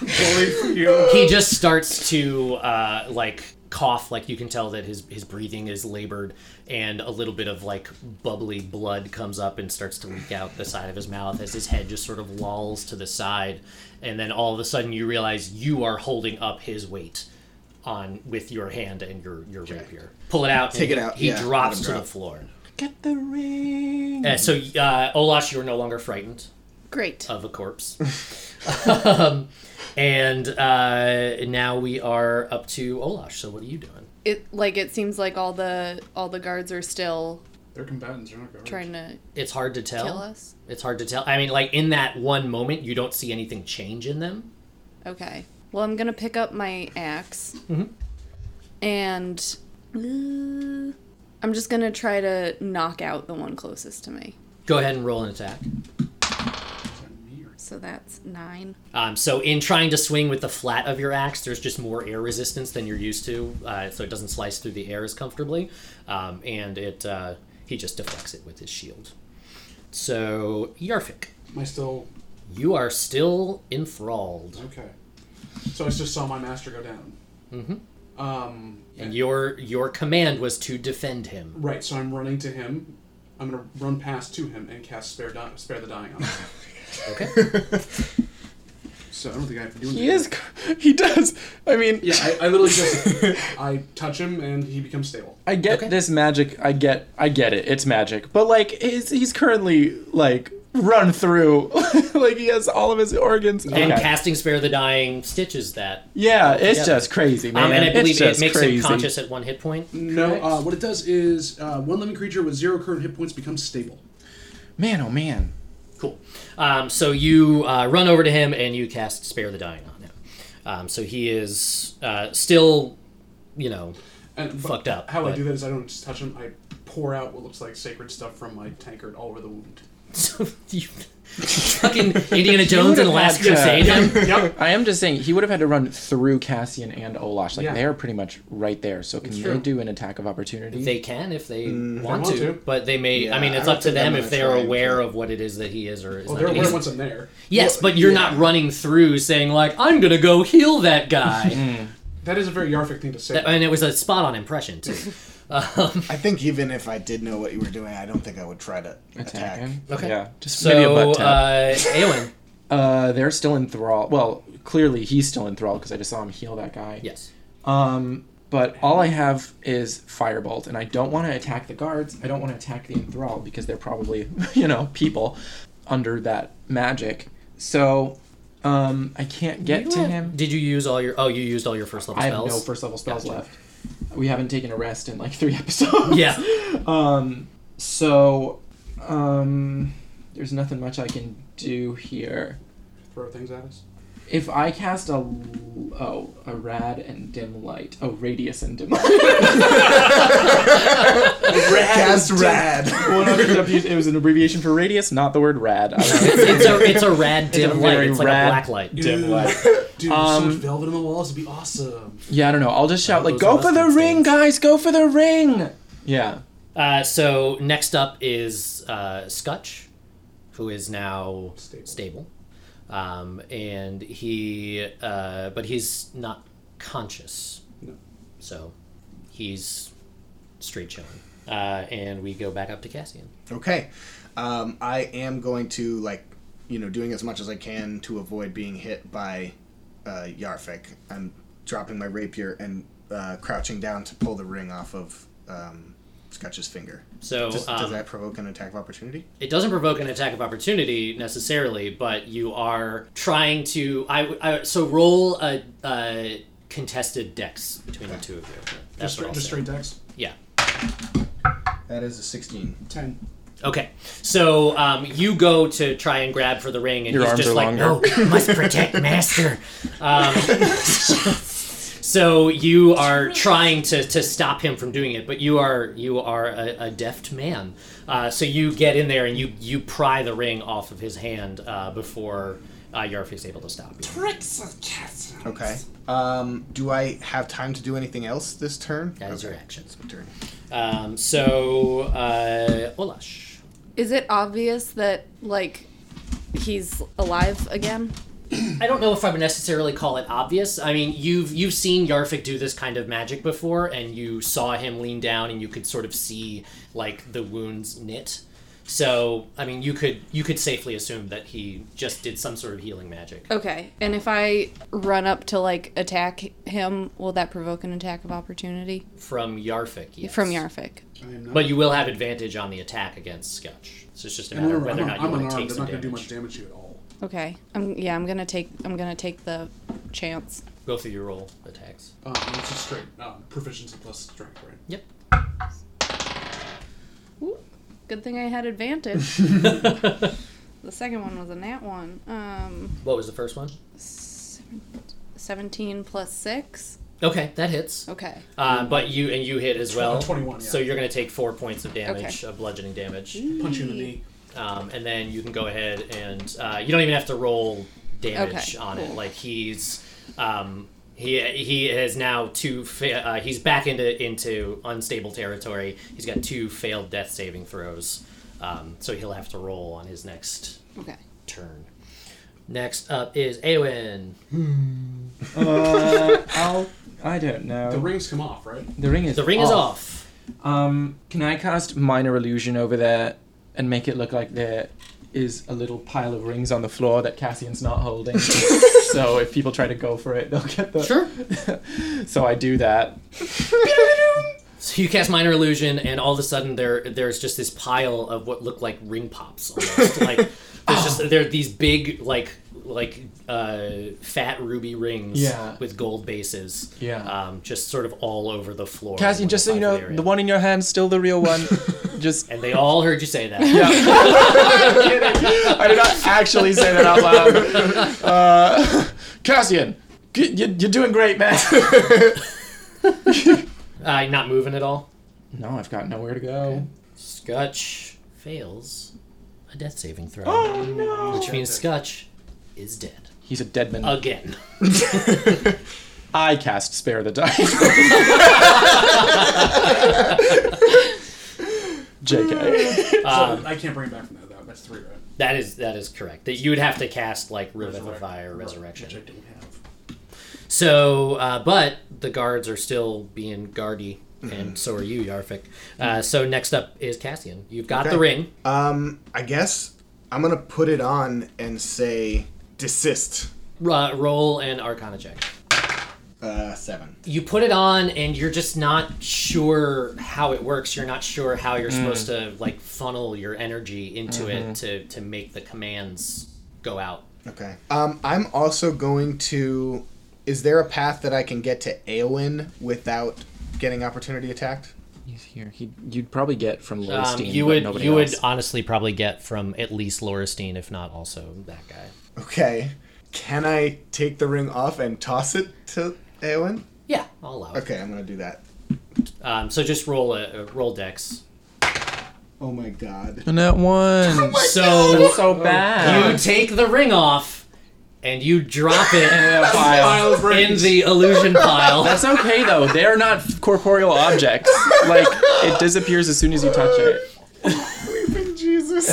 C: He just starts to uh, like cough, like you can tell that his his breathing is labored, and a little bit of like bubbly blood comes up and starts to leak out the side of his mouth as his head just sort of lolls to the side, and then all of a sudden you realize you are holding up his weight on with your hand and your your rapier. Pull it out.
D: Take
C: and
D: it out,
C: He
D: yeah, let
C: drops
D: him
C: to
D: drop.
C: the floor.
B: Get the ring.
C: Uh, so, uh, Olash, you are no longer frightened
E: Great.
C: of a corpse. um, and uh, now we are up to Olash. So, what are you doing?
E: It like it seems like all the all the guards are still
F: They're combatants. They're not guards.
E: trying to
C: It's hard to tell.
E: kill us.
C: It's hard to tell. I mean, like in that one moment, you don't see anything change in them.
E: Okay. Well, I'm gonna pick up my ax
C: Mm-hmm.
E: and uh, I'm just gonna try to knock out the one closest to me.
C: Go ahead and roll an attack.
E: So that's nine.
C: Um, so, in trying to swing with the flat of your axe, there's just more air resistance than you're used to, uh, so it doesn't slice through the air as comfortably. Um, and it uh, he just deflects it with his shield. So, Yarfik.
F: Am I still
C: You are still enthralled,
F: okay? So I just saw my master go down. Mm-hmm. Um.
C: and your your command was to defend him.
F: Right. So I'm running to him. I'm gonna run past to him and cast spare Di- spare the dying on him.
C: Okay.
F: So I don't think I have to do anything.
B: He is. He does. I mean,
F: Yeah. I, I literally just I touch him and he becomes stable.
B: I get this magic. I get. I get it. It's magic. But like, he's he's currently like run through. like he has all of his organs.
C: And
B: Okay.
C: casting spare the dying stitches that,
B: Yeah, it's
C: Yeah.
B: just crazy, man.
C: um, and I
B: it's
C: believe it
B: just
C: makes
B: crazy.
C: him conscious at one hit point.
F: No. Uh, what it does is uh, one living creature with zero current hit points becomes stable.
B: Man, oh man.
C: Cool. Um, so you uh, run over to him and you cast spare the dying on him. Um, so he is uh, still, you know,
F: And but
C: Fucked up,
F: How I
C: but-
F: do that is I don't just touch him. I pour out what looks like sacred stuff from my tankard all over the wound.
C: so you, fucking Indiana Jones and the Last
B: had to-
C: Crusade. him.
F: yep.
B: I am just saying he would have had to run through Cassian and Olash. Like
F: Yeah.
B: they are pretty much right there. So can
F: true.
B: they do an attack of opportunity?
C: They can if they want,
F: want
C: to,
F: to.
C: but they may. I
D: Yeah,
C: mean,
D: I
C: it's
D: don't
C: up to
D: think I'm
C: them
D: gonna
C: if they are
D: try and
C: aware
D: kill.
C: of what it is that he is or is
F: Well,
C: not.
F: they're
C: doing.
F: aware once I'm Oh, there.
C: Yes, but you're not running through saying like, "I'm gonna go heal that guy,"
B: Mm.
F: That is a very Yarfik thing to say.
C: and it was a spot on impression too.
D: I think even if I did know what you were doing, I don't think I would try to attack.
B: attack him.
C: Okay.
B: Yeah. Just maybe a
C: So,
B: butt tap.
C: uh, Aelin,
B: Uh, they're still enthralled. Well, clearly he's still enthralled because I just saw him heal that guy.
C: yes,
B: Um, but all I have is firebolt, and I don't want to attack the guards. I don't want to attack the enthralled because they're probably, you know, people under that magic. So, um, I can't get to him.
C: Did you use all your? Oh, you used all your first level
B: I have
C: spells.
B: no first level spells left. We haven't taken a rest in like three episodes.
C: yeah.
B: So, um, there's nothing much I can do here.
F: Throw things at us.
B: If I cast a oh a rad and dim light, oh radius and dim light.
D: Cast rad.
B: Well, no, W- it was an abbreviation for radius, not the word rad. I don't know.
C: It's a it's a rad dim
B: a
C: light.
B: very
C: It's like
B: rad
C: a black light.
B: Dim light.
F: Dude,
C: Um,
F: so much velvet on the walls would be awesome.
B: Yeah, I don't know. I'll just shout like,
F: those
B: "Go
F: are
B: for the
F: lesbian
B: ring,
F: things.
B: guys! Go for the ring!" Yeah.
C: Uh, so next up is uh, Scutch, who is now stable,
F: Stable.
C: Um, and he uh, but he's not conscious,
F: No.
C: so he's straight chilling. Uh, and we go back up to Cassian.
D: Okay. Um, I am going to, like, you know, doing as much as I can to avoid being hit by uh, Yarfik. I'm dropping my rapier and uh, crouching down to pull the ring off of um, Scutch's finger.
C: So
D: Does,
C: um,
D: does that provoke an attack of opportunity?
C: it doesn't provoke an attack of opportunity necessarily, but you are trying to. I, I so roll a, a contested dex between the two of you. That's
F: Just,
C: what I'll
F: straight,
C: say.
F: just straight text.
C: Yeah.
D: That is a 16.
F: Ten.
C: Okay, so um, you go to try and grab for the ring, and
B: Your
C: he's
B: arms
C: just
B: are
C: like,
B: longer.
C: "No, must protect master." Um, so you are trying to, to stop him from doing it, but you are you are a, a deft man. Uh, so you get in there and you you pry the ring off of his hand uh, before uh, Yarfik's able to stop you.
D: Okay. Um, do I have time to do anything else this turn?
C: That is your
D: Okay.
C: action.
D: That's my turn.
C: Um, so uh, Olash,
E: Is it obvious that like he's alive again?
C: I don't know if I would necessarily call it obvious. I mean, you've you've seen Yarfik do this kind of magic before, and you saw him lean down, and you could sort of see like the wounds knit. So, I mean, you could you could safely assume that he just did some sort of healing magic.
E: Okay. And if I run up to like attack him, will that provoke an attack of opportunity
C: from Yarfik. Yes.
E: from Yarfik?
F: I am not.
C: But you will have advantage on the attack against Scutch. So it's just a
F: And
C: matter of
F: remember,
C: whether or not
F: I'm, not
C: you
F: I'm
C: want
F: unarmed.
C: to
F: I'm
C: take
F: not
C: some
F: going to do
C: damage.
F: much damage to you at all.
E: Okay. I'm yeah, I'm going to take I'm going to take the chance.
C: Go through your roll attacks.
F: Um, it's just straight. Um, proficiency plus strength, right?
C: Yep.
E: Good thing I had advantage. the second one was a nat one. Um
C: What was the first one?
E: 17 plus 6.
C: Okay, that hits.
E: Okay.
C: Uh, but you and you hit as well.
F: 21, yeah.
C: So you're going to take four points of damage, of bludgeoning damage.
B: Hmm.
F: Punch you in the knee.
C: um, and then you can go ahead and uh, you don't even have to roll damage
E: Okay,
C: on it.
E: cool.
C: Like he's um, he he is now two. Fa- uh, he's back into into unstable territory. He's got two failed death saving throws, um, so he'll have to roll on his next
E: Okay.
C: turn. Next up is Awen.
B: Uh, I'll. I don't know.
F: The rings come off, right?
B: The ring is.
C: The ring is
E: Oh.
C: off.
B: Um, can I cast minor illusion over there and make it look like there is a little pile of rings on the floor that Cassian's not holding? so if people try to go for it, they'll get the.
C: Sure.
B: So I do that.
C: So you cast minor illusion, and all of a sudden there there's just this pile of what look like ring pops. Almost. like there's just there are these big like like uh, fat ruby rings
B: Yeah.
C: with gold bases.
B: Yeah.
C: Um, just sort of all over the floor.
B: Cassian,
C: in
B: just so you know,
C: private area.
B: the one in your hand's still the real one. just.
C: And they all heard you say that.
B: Yeah. I did not actually say that out loud. Uh, Cassian, you, you- you're doing great, man.
C: Uh, not moving at all.
B: no, I've got nowhere to go.
C: Scutch fails a death saving throw,
B: Oh! no.
C: which means Scutch is dead
B: He's a dead man.
C: again.
B: I cast Spare the Dying. JK.
F: so Oh, I can't bring it back from that. though. That's three, right?
C: That is that is correct. That you would have to cast like Revivify or
F: Right,
C: Resurrection.
F: Which I don't have.
C: So, uh, but the guards are still being guardy, and so are you, Yarfik. Uh, so next up is Cassian. You've got the
D: Okay.
C: ring. Uh,
D: Um, I guess I'm gonna put it on and say desist.
C: Uh, roll an Arcana check.
D: Uh, seven.
C: You put it on, and you're just not sure how it works. You're not sure how you're supposed to like funnel your energy into it to to make the commands go out.
D: Okay. Um, I'm also going to. Is there a path that I can get to Aowen without getting opportunity attacked?
B: He's here. He, you'd probably get from Lorstein,
C: Um, you
B: but
C: would
B: nobody
C: you
B: else.
C: would honestly probably get from at least Loristine, if not also that guy.
D: Okay. Can I take the ring off and toss it to Eowyn?
C: Yeah, I'll allow it.
D: Okay, I'm gonna do that.
C: Um, so just roll a, a roll dex.
D: Oh my god.
H: And that one.
C: So
B: That's so bad.
C: you take the ring off and you drop it
B: Yeah, file.
F: Pile of
C: in
F: brains.
C: the illusion pile.
B: That's okay though. They're not corporeal objects. Like it disappears as soon as you touch it.
D: Jesus.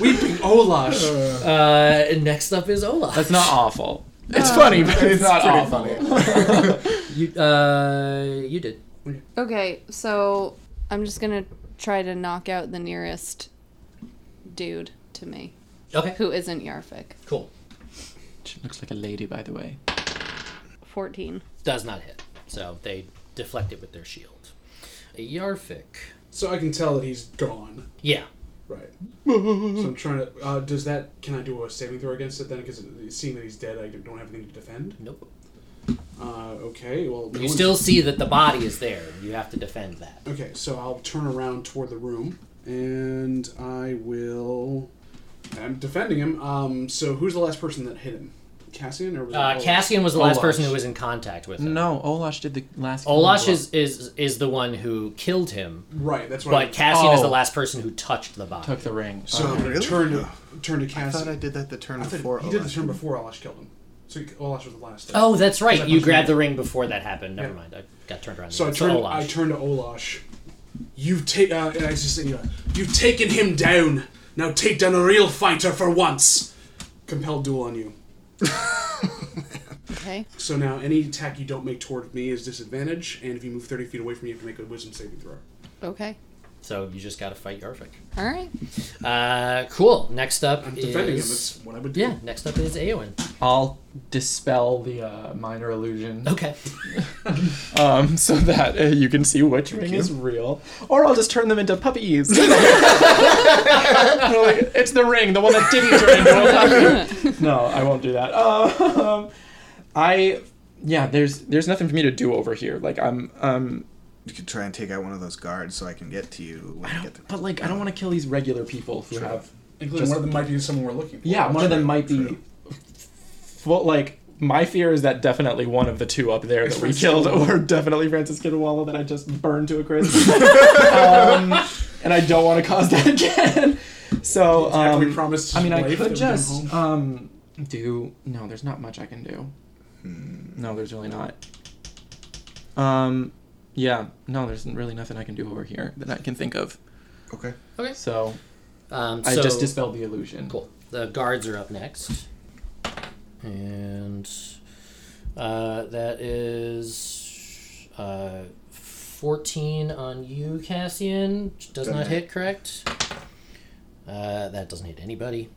F: Weeping Olash.
C: Uh, next up is Olaf.
B: That's not awful.
H: It's funny, but
D: It's
B: not
D: pretty
B: awful.
D: funny.
C: You, uh, you did.
E: Okay, so I'm just gonna try to knock out the nearest dude to me
C: Okay,
E: who isn't Yarfik.
C: cool.
B: She looks like a lady, by the way.
E: 14.
C: Does not hit. So they deflect it with their shield. Yarfik.
F: So I can tell that he's gone.
C: Yeah.
F: Right. so I'm trying to. Uh, does that? Can I do a saving throw against it then? Because seeing that he's dead, I don't have anything to defend.
C: Nope.
F: Uh, okay. Well, no
C: You
F: one's-
C: still see that the body is there. You have to defend that.
F: Okay, so I'll turn around toward the room, and I will. I'm defending him. Um, so who's the last person that hit him? Cassian or was it
C: Uh,
F: Olash?
C: Cassian was the last
B: Olash.
C: person who was in contact with him.
B: No, Olash did the last.
C: Olash is, is is the one who killed him,
F: Right. That's what.
C: but
F: I,
C: Cassian is the
B: Oh.
C: last person who touched the body.
B: took the ring. Uh,
F: so
B: Okay.
F: I'm gonna
D: Really?
F: turn to turn to
D: I
F: Cassian.
D: thought I did that the turn
F: I thought
D: before.
F: he did the
D: Olash.
F: turn before Olash killed him. So he- Olash was the last.
C: Oh, that's right.
F: Because I
C: You
F: punched
C: grabbed
F: him.
C: the ring before that happened. Never
F: Yeah.
C: mind. I got turned around.
F: So I
C: It's
F: turn.
C: Olash.
F: I turn to Olash. You've taken. Uh, and I just say, uh, you've taken him down. Now take down a real fighter for once. Compelled duel on you.
E: Okay.
F: So now any attack you don't make toward me is disadvantage, and if you move 30 feet away from me, you have to make a wisdom saving throw.
E: Okay.
C: So you just got to fight Yarvik.
E: All right.
C: Uh, cool. Next up
F: I'm
C: is
F: defending him, that's what I would do.
C: yeah. Next up is Eowyn.
B: I'll dispel the uh, minor illusion.
C: Okay.
B: um, so that uh, you can see which ring is real, or I'll just turn them into puppies. They're like, it's the ring, the one that didn't turn into a puppy. no, I won't do that. Um, I yeah, there's there's nothing for me to do over here. Like I'm um,
D: You could try and take out one of those guards so I can get to you when I get there.
B: but like I don't want to kill these regular people who have
F: Including one of them might be someone we're looking for.
B: yeah. One of them might be well like. My fear is that definitely one of the two up there that we
F: Francis
B: killed,
F: Kidwalla.
B: or definitely Francis Kidwalla that I just burned to a crisp. um, and I don't want to cause that again. So
F: After we
B: um,
F: promised
B: I mean, I
F: Blake that
B: could
F: we'd bring him
B: just
F: home.
B: um, do. No, there's not much I can do.
F: Hmm.
B: No, there's really not. Um, yeah, no, there's really nothing I can do over here that I can think of.
D: Okay.
B: So,
C: Um,
B: I
C: so-
B: just dispelled the illusion.
C: Cool. The guards are up next. And uh, that is uh, 14 on you, Cassian. Does not
D: hit.
C: hit, correct? Uh, that doesn't hit anybody.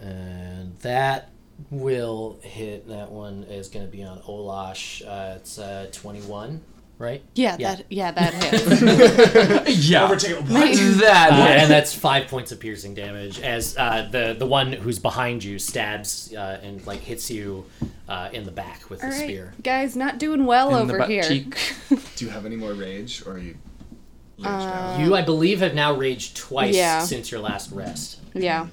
C: And that will hit. That one is going to be on Olash. Uh, it's uh, 21, right?
E: Yeah,
C: Yeah.
E: that yeah, that hits.
B: Yeah,
F: Overtake it. What?
E: Mm.
C: Uh,
B: that.
C: and that's five points of piercing damage as uh, the the one who's behind you stabs uh, and like hits you uh, in the back with
E: All
C: the
E: right.
C: spear.
E: Guys, not doing well
B: In the
E: over
B: butt
E: here.
B: cheek.
D: Do you have any more rage, or are you raged out?
C: You, I believe, have now raged twice
E: Um, Yeah.
C: since your last rest.
E: Yeah.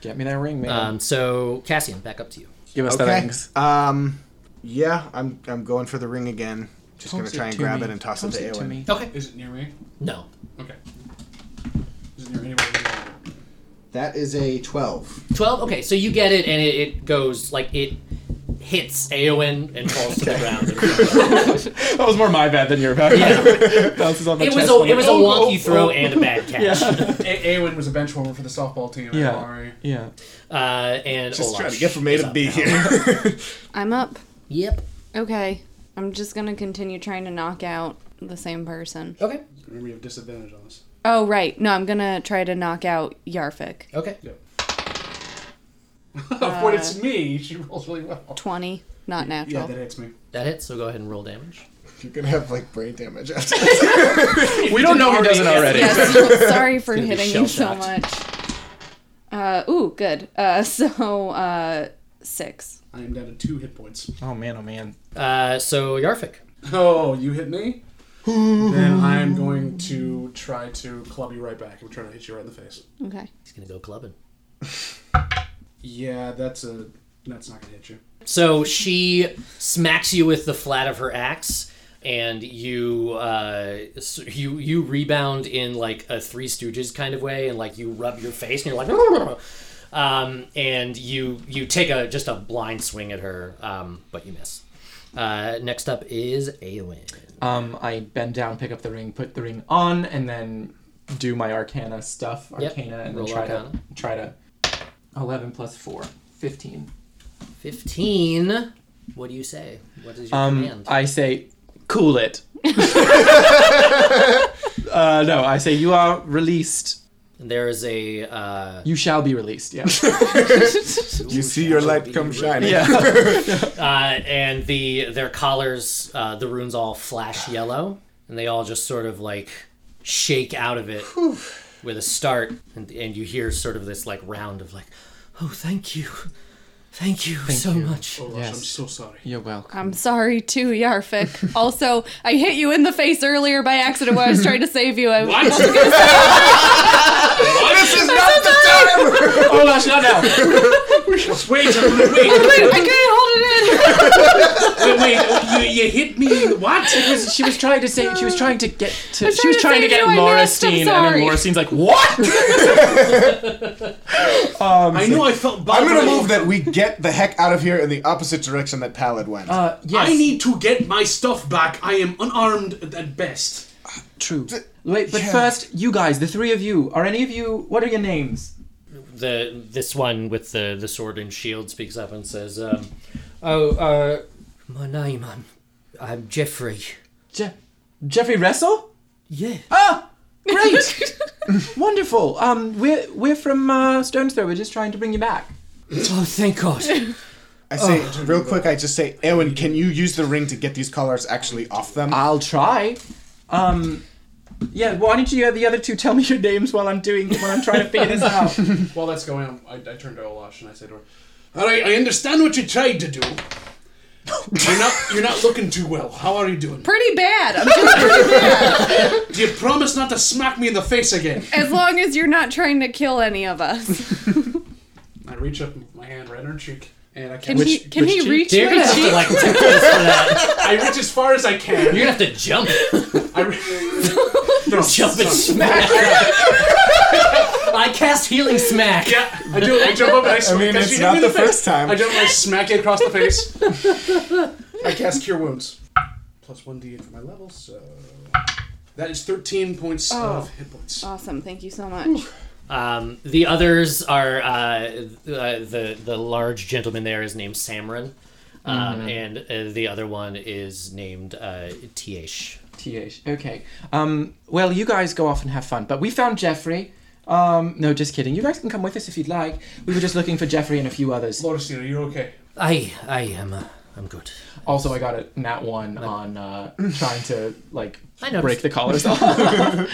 B: Get me that ring, man.
C: Um, so Cassian, back up to you.
B: Give us that
D: Okay.
B: ring.
D: Um. Yeah, I'm. I'm going for the ring again. Just
B: Toss
D: gonna try and
B: to
D: grab
B: me.
D: it and toss
B: Toss
D: it to
B: to
D: Eowyn.
B: me.
C: Okay.
F: Is it near me?
C: No.
F: Okay. Is it near anywhere?
D: That is a twelve.
C: Twelve. Okay. So you get it, and it, it goes like it hits Aowen and falls to the ground.
B: That was more my bad than your bad. Bounces off my
C: It was
B: chest
C: a
B: like,
C: it was a
B: oh,
C: wonky
B: oh,
C: throw
B: oh.
C: and a bad catch.
F: A- Awen was a bench warmer for the softball team.
B: Yeah.
F: Sorry.
B: Yeah.
C: Uh, and
D: Just
C: Olash
D: trying to get from A
C: is
D: to
C: up
D: B
C: now.
D: here.
E: I'm up.
C: Yep.
E: Okay. I'm just going to continue trying to knock out the same person.
C: Okay.
F: Remember, you have disadvantage on this.
E: Oh, right. No, I'm going to try to knock out Yarfik.
C: Okay.
F: when it's me, she rolls really well.
E: 20, not
F: Yeah,
E: natural.
F: that hits me.
C: That hits. So go ahead and roll damage.
D: You're gonna have like brain damage after.
B: We don't know who doesn't already.
E: Yes. Sorry for
C: gonna be
E: hitting you so
C: shell-shocked.
E: much. Uh, ooh, good. Uh, so, uh, six.
F: I am down to two hit points.
B: Oh man, oh man.
C: Uh, so Yarfik.
F: Oh, you hit me? then I am going to try to club you right back. I'm trying to hit you right in the face.
E: Okay.
C: He's gonna go clubbing.
F: Yeah, that's a that's not gonna hit you.
C: So she smacks you with the flat of her axe, and you uh, s- you you rebound in like a Three Stooges kind of way, and like you rub your face, and you're like, um, and you you take a just a blind swing at her, um, but you miss. Uh, next up is Aelin.
B: Um, I bend down, pick up the ring, put the ring on, and then do my Arcana stuff,
C: Yep.
B: Arcana, and
C: Roll
B: then try
C: Arcana.
B: to try to. Eleven plus four. Fifteen.
C: Fifteen. What do you say? What is your
B: Um,
C: command?
B: I say, cool it. uh, no, I say you are released.
C: there is a uh,
B: You shall be released. Yeah.
D: You see your light come shining.
C: uh, and the their collars, uh, the runes all flash yellow, and they all just sort of like shake out of it with a start, and, and you hear sort of this like round of like, oh, thank you, thank you so much.
F: Oh, Rosh, I'm so sorry.
B: You're welcome.
E: I'm sorry too, Yarfik. also, I hit you in the face earlier by accident when I was trying to save you. I was
D: This is not the time!
B: oh gosh, not now.
F: Wait, wait, wait,
E: Wait, I can't hold it in.
F: wait, wait. You, you hit me. What?
B: she was trying to say. She was trying to get to. She
E: trying
B: was
E: to
B: trying to
E: save
B: get
E: you, I
B: Laura
E: missed, I'm
B: Steen, and then
E: sorry.
B: Laura Steen's like, "What?
F: I know I felt bad.
D: I'm gonna
F: but I-
D: move that we get the heck out of here in the opposite direction that Palad went.
B: Uh, yes.
F: I need to get my stuff back. I am unarmed at- at best.
B: True. Wait, but
D: yeah.
B: first, you guys, the three of you, are any of you? What are your names?
C: The this one with the the sword and shield speaks up and says, um, oh, uh, my name, I'm, I'm Jeffrey.
B: Je- Jeffrey Wrestle?
C: Yeah.
B: Ah, great, wonderful. Um, we're we're from uh, Stone's Throw. We're just trying to bring you back.
C: Oh, thank God.
D: I say, real quick, I just say, Ewan, can you use the ring to get these collars actually off them?
B: I'll try. Um, yeah. Why don't you uh, the other two tell me your names while I'm doing when I'm trying to figure this out?
F: While that's going on, I, I turned to Olash and I said to her, "All right, I understand what you tried to do. You're not you're not looking too well. How are you doing?
E: Pretty bad. I'm just pretty bad.
F: Do you promise not to smack me in the face again?"
E: As long as you're not trying to kill any of us.
F: I reach up with my hand right on her cheek, and I
E: Can
F: can.
E: he can he reach
C: You're
E: you?
C: gonna have to like do this for that.
F: I reach as far as I can.
C: You're gonna have to jump,
F: I re- no,
C: jump and
F: sorry.
C: smack. I cast healing smack.
F: Yeah, I do. I jump up and I smack.
D: mean,
F: does
D: it's
F: she hit me
D: not
F: in
D: the
F: face?
D: first time.
F: I jump and I smack it across the face. I cast Cure Wounds. Plus 1d8 for my level, so. That is 13 points
E: Oh.
F: of hit points.
E: Awesome. Thank you so much.
C: Um, the others are uh, th- uh, the the large gentleman there is named Samrin, um, and uh, the other one is named uh, Tiesh.
B: Th. Okay. Um, well, you guys go off and have fun. But we found Jeffrey. Um, no, just kidding. You guys can come with us if you'd like. We were just looking for Jeffrey and a few others.
F: Lorestine, are you okay?
C: I I am uh, I'm good.
B: Also, I got a nat one on uh, trying to like
C: I noticed.
B: break the collars off.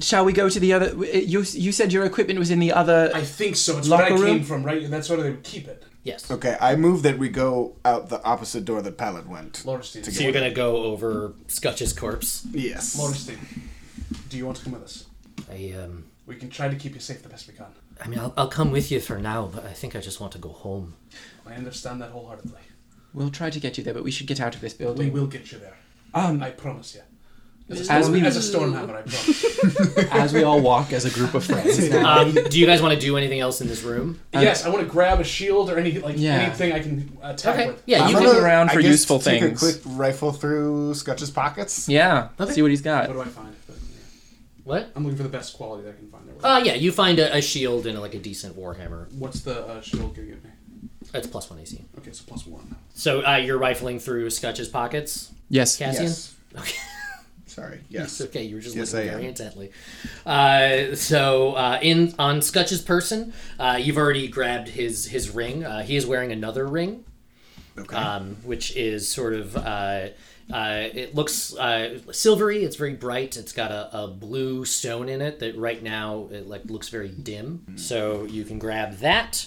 B: Shall we go to the other? You you said your equipment was in the other.
F: I think so. It's
B: Locker
F: where I
B: room?
F: came from, right? And that's where they would keep it.
C: Yes.
D: okay, I move that we go out the opposite door that Palad went.
F: Lorestine.
C: So you're gonna go over Scutch's corpse.
D: Yes.
F: Lorestine, do you want to come with us?
C: I um
F: We can try to keep you safe the best we can.
C: I mean I'll, I'll come with you for now, but I think I just want to go home.
F: I understand that wholeheartedly.
B: We'll try to get you there, but we should get out of this
F: We
B: building.
F: will get you there.
B: Um,
F: I promise you. As a,
B: As
F: storm,
B: we-
F: as a storm hammer, I promise.
B: as we all walk as a group of friends. now.
C: Um, do you guys want to do anything else in this room?
F: yes, I want to grab a shield or any like
B: Yeah.
F: anything I can attack
C: Okay.
F: with.
C: Yeah.
D: I'm
C: You
B: look
C: can,
D: gonna,
B: around
D: I
B: for
D: guess,
B: useful
D: take
B: things.
D: a quick rifle through Scutch's pockets.
B: yeah. See what he's got.
F: What do I find? But, yeah.
C: what?
F: I'm looking for the best quality that I can find. There.
C: Uh, yeah. You find a, a shield and like a decent warhammer.
F: What's the uh, shield gonna give me?
C: That's plus one AC.
F: Okay, so plus one.
C: So uh, you're rifling through Scutch's pockets,
B: Yes.
C: Cassian.
D: Yes.
C: Okay.
D: Sorry.
C: It's
D: Yes.
C: okay. You were just
D: Yes,
C: looking
D: I
C: very
D: am.
C: intently. Uh, so uh, in on Scutch's person, uh, you've already grabbed his his ring. Uh, he is wearing another ring,
D: Okay.
C: um, which is sort of. Uh, uh, it looks uh, silvery. It's very bright. It's got a, a blue stone in it that right now it like looks very dim. So you can grab that.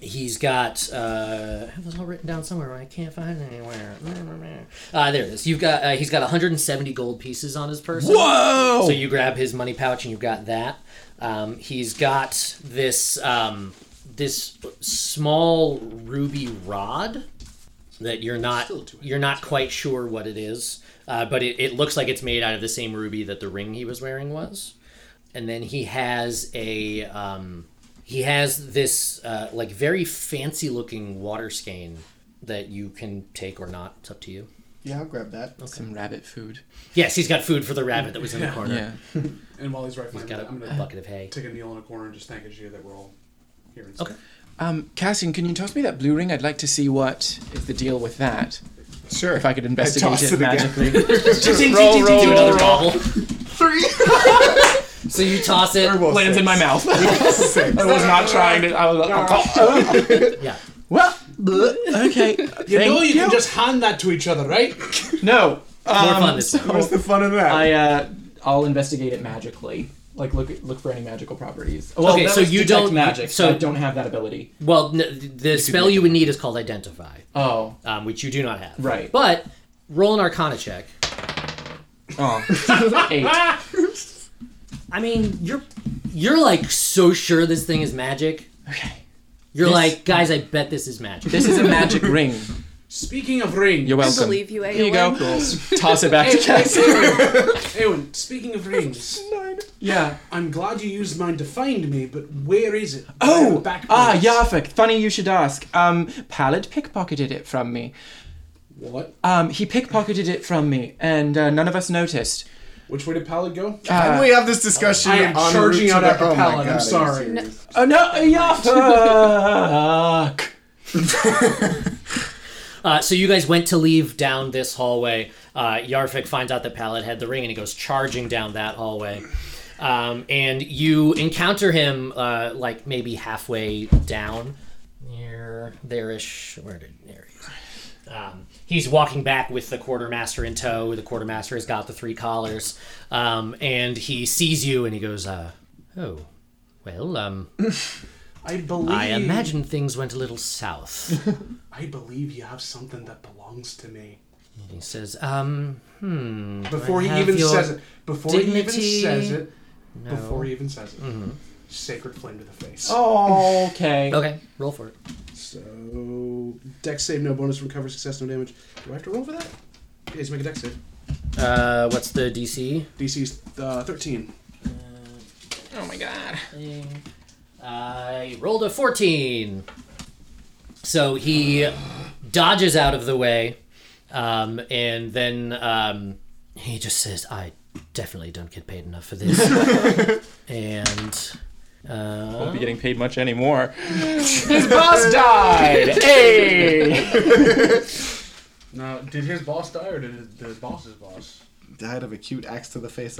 C: He's got. Uh, I have this all written down somewhere. but I can't find it anywhere. Uh, there it is. You've got. Uh, he's got 170 gold pieces on his person.
B: Whoa!
C: So you grab his money pouch and you've got that. Um, he's got this um, this small ruby rod that you're not you're not quite sure what it is, uh, but it, it looks like it's made out of the same ruby that the ring he was wearing was. And then he has a um, he has this uh, like very fancy looking water skein that you can take or not. It's up to you.
G: Yeah, I'll grab that.
B: Some rabbit food.
C: Yes, he's got food for the rabbit that was in the
F: Yeah.
C: corner.
B: Yeah.
F: And while he's rifling,
C: He's
F: I'm
C: got a
F: gonna, I'm
C: bucket
F: gonna
C: of hay.
F: take a kneel in a corner and just thank Ajia that we're all here. And stuff.
C: Okay.
B: Um, Cassian, can you toss me that blue ring? I'd like to see what is the deal with that.
G: Sure.
B: If I could investigate
G: toss
B: it,
G: it again.
B: magically.
C: roll, roll, do another roll. Three. so you toss it.
G: Well,
B: Lands in
G: six.
B: my mouth.
G: Six.
B: I was not trying to. I was like,
C: Yeah.
B: well, okay. You
F: you can just hand that to each other, right?
B: no.
C: More
B: um,
C: fun this time.
G: What's the fun of that?
B: I uh, I'll investigate it magically. Like look look for any magical properties. Oh, Well,
C: Okay,
B: that
C: so
B: was
C: you
B: detect
C: don't-
B: magic.
C: so-
B: So I don't have that ability.
C: Well, n- the spell you would need is called Identify,
B: Oh,
C: um, which you do not have.
B: Right.
C: But roll an Arcana check.
B: oh, eight.
C: I mean, you're you're like so sure this thing is magic.
B: Okay.
C: You're
B: This-
C: like, guys, I bet this is magic.
B: This is a magic ring.
F: Speaking of ring,
B: You're
E: I
B: welcome.
E: believe you, Aelin.
B: Here you go. Toss it back
F: Hey,
B: to
F: hey,
B: Cassian.
F: Eowyn, Eowyn, speaking of rings,
B: Yeah.
F: I'm glad you used mine to find me, but where is it?
B: Oh,
F: Back
B: ah,
F: points.
B: Yafik. Funny you should ask. Um, Palad pickpocketed it from me.
F: What?
B: Um, he pickpocketed it from me, and uh, none of us noticed.
F: Which way did Palad go?
G: Can we have this discussion?
F: I am
G: en route
F: charging
G: to
F: out
G: the-
F: after
G: oh my
F: Palad, I'm
G: God, are you
F: sorry.
G: serious?
B: Oh no, Yafik.
C: Uh, so you guys went to leave down this hallway. Uh, Yarvik finds out that Palad had the ring, and he goes charging down that hallway. Um, and you encounter him uh, like maybe halfway down, near there-ish. Where did there he is. Um, he's walking back with the quartermaster in tow. The quartermaster has got the three collars, um, and he sees you, and he goes, uh, "Oh, well, um,
F: I believe.
C: I imagine things went a little south."
F: I believe you have something that belongs to me.
C: He says, um, hmm.
F: Before
C: I
F: he
C: have
F: even
C: your
F: says it. Before
C: dignity.
F: he even says it. Before
C: No.
F: he even says it. Sacred flame to the face.
B: Oh, okay.
C: Okay, roll for it.
F: So, dex save, no bonus from cover, success, no damage. Do I have to roll for that? Yeah, just make a dex save.
C: Uh, what's the DC?
F: DC's uh, 13.
B: Oh my god.
C: I rolled a 14. So he dodges out of the way, um, and then um, he just says, I definitely don't get paid enough for this. and. Uh,
B: Won't be getting paid much anymore. His boss died. Hey.
F: Now, did his boss die or did his, his boss's boss?
G: Died of a cute axe to the face.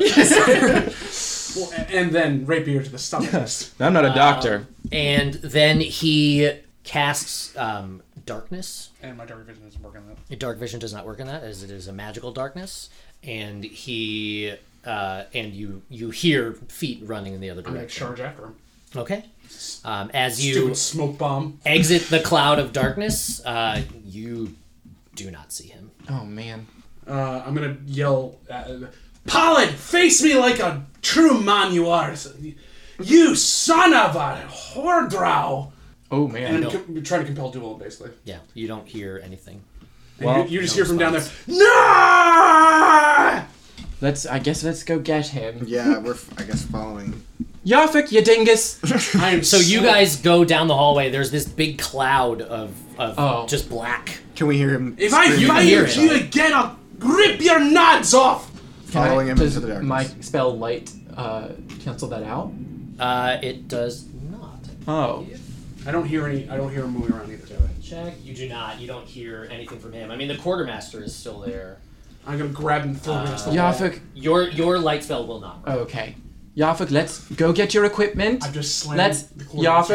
F: Well, a- and then rapier to the stomach.
B: I'm not a doctor.
C: and then he casts um, darkness
F: And my dark vision isn't working that.
C: dark vision does not work on that as it is a magical darkness and he uh, and you you hear feet running in the other
F: I'm going to
C: direction
F: charge after him.
C: okay um, as you
F: Stupid smoke bomb.
C: exit the cloud of darkness uh, you do not see him
B: Oh man.
F: Uh, I'm gonna yell, at, Pollard, face me like a true man you are, you son of a whoredrow.
B: Oh man.
F: And I'm com- trying to compel duel, basically.
C: yeah you don't hear anything
F: And
B: Well,
F: you, you
C: no
F: just hear from down there, no!
B: Let's. I guess let's go get him.
D: Yeah, we're f- I guess following.
B: Yafik, you dingus.
F: I am
C: so you guys go down the hallway there's this big cloud of, of
B: Oh.
C: just black
D: Can we hear him?
F: If I
D: screaming?
F: find
C: hear
F: you
C: it.
F: again, I'll rip your nods off.
B: Can I-
D: following him
B: does
D: into the darkness.
B: My spell light uh, cancel that out.
C: uh, it does not
B: Oh.
F: I don't hear any. I don't hear him moving around either. Taylor.
C: check you do not you don't hear anything from him i mean the quartermaster is still there
F: I'm gonna grab him and throw him against the wall.
B: Yafik.
C: your your light spell will not work.
B: Okay. Yafik, let's go get your equipment.
F: I've just slammed
B: Let's-
F: the quartermaster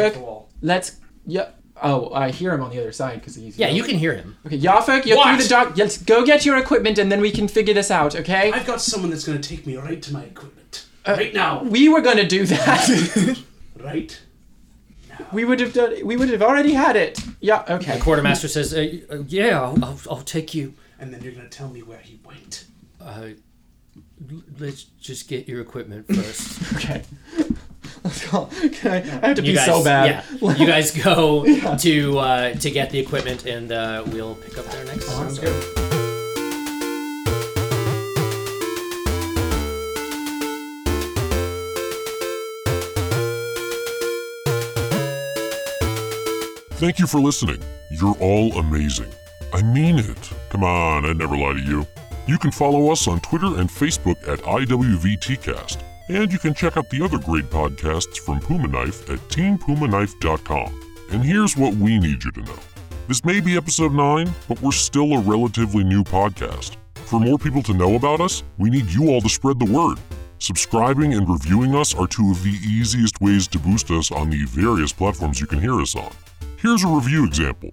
B: Yafik?
F: against the wall.
B: Let's. Yeah. Oh, I hear him on the other side because he's.
C: Yeah, you can hear him.
B: Okay, Yafik, you're
F: What?
B: through the dock. Let's go get your equipment and then we can figure this out, okay?
F: I've got someone that's gonna take me right to my equipment.
B: Uh,
F: right now.
B: we were gonna do that.
F: Right.
B: we would have done. We would have already had it. Yeah. Okay.
C: Quartermaster says, uh, uh, "Yeah, I'll, I'll, I'll take you.
F: And then you're gonna tell me where he went.
C: Uh, l- let's just get your equipment first.
B: Okay. Let's call. Can I, I have to
C: You
B: be
C: guys,
B: so bad.
C: yeah. you guys go to uh, to get the equipment, and uh, we'll pick up there next. time.
D: Sounds good.
A: Thank you for listening. You're all amazing. I mean it. Come on, I never lie to you. You can follow us on Twitter and Facebook at IWVTcast, and you can check out the other great podcasts from Puma Knife at TeamPumaKnife.com. And here's what we need you to know this may be episode 9, but we're still a relatively new podcast. For more people to know about us, we need you all to spread the word. Subscribing and reviewing us are two of the easiest ways to boost us on the various platforms you can hear us on. Here's a review example.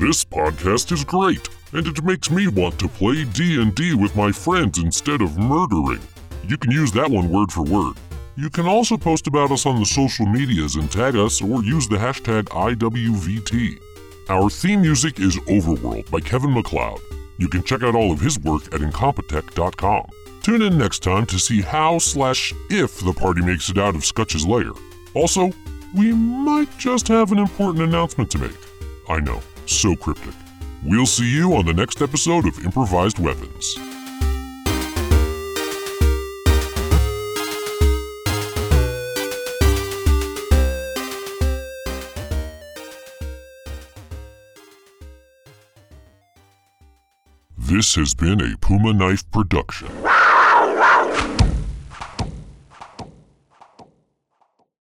A: This podcast is great, and it makes me want to play D&D with my friends instead of murdering. You can use that one word for word. You can also post about us on the social medias and tag us or use the hashtag IWVT. Our theme music is Overworld by Kevin McLeod. You can check out all of his work at incompetech.com. Tune in next time to see how slash if the party makes it out of Scutch's lair. Also, we might just have an important announcement to make. I know, so cryptic. We'll see you on the next episode of Improvised Weapons. This has been a Puma Knife production.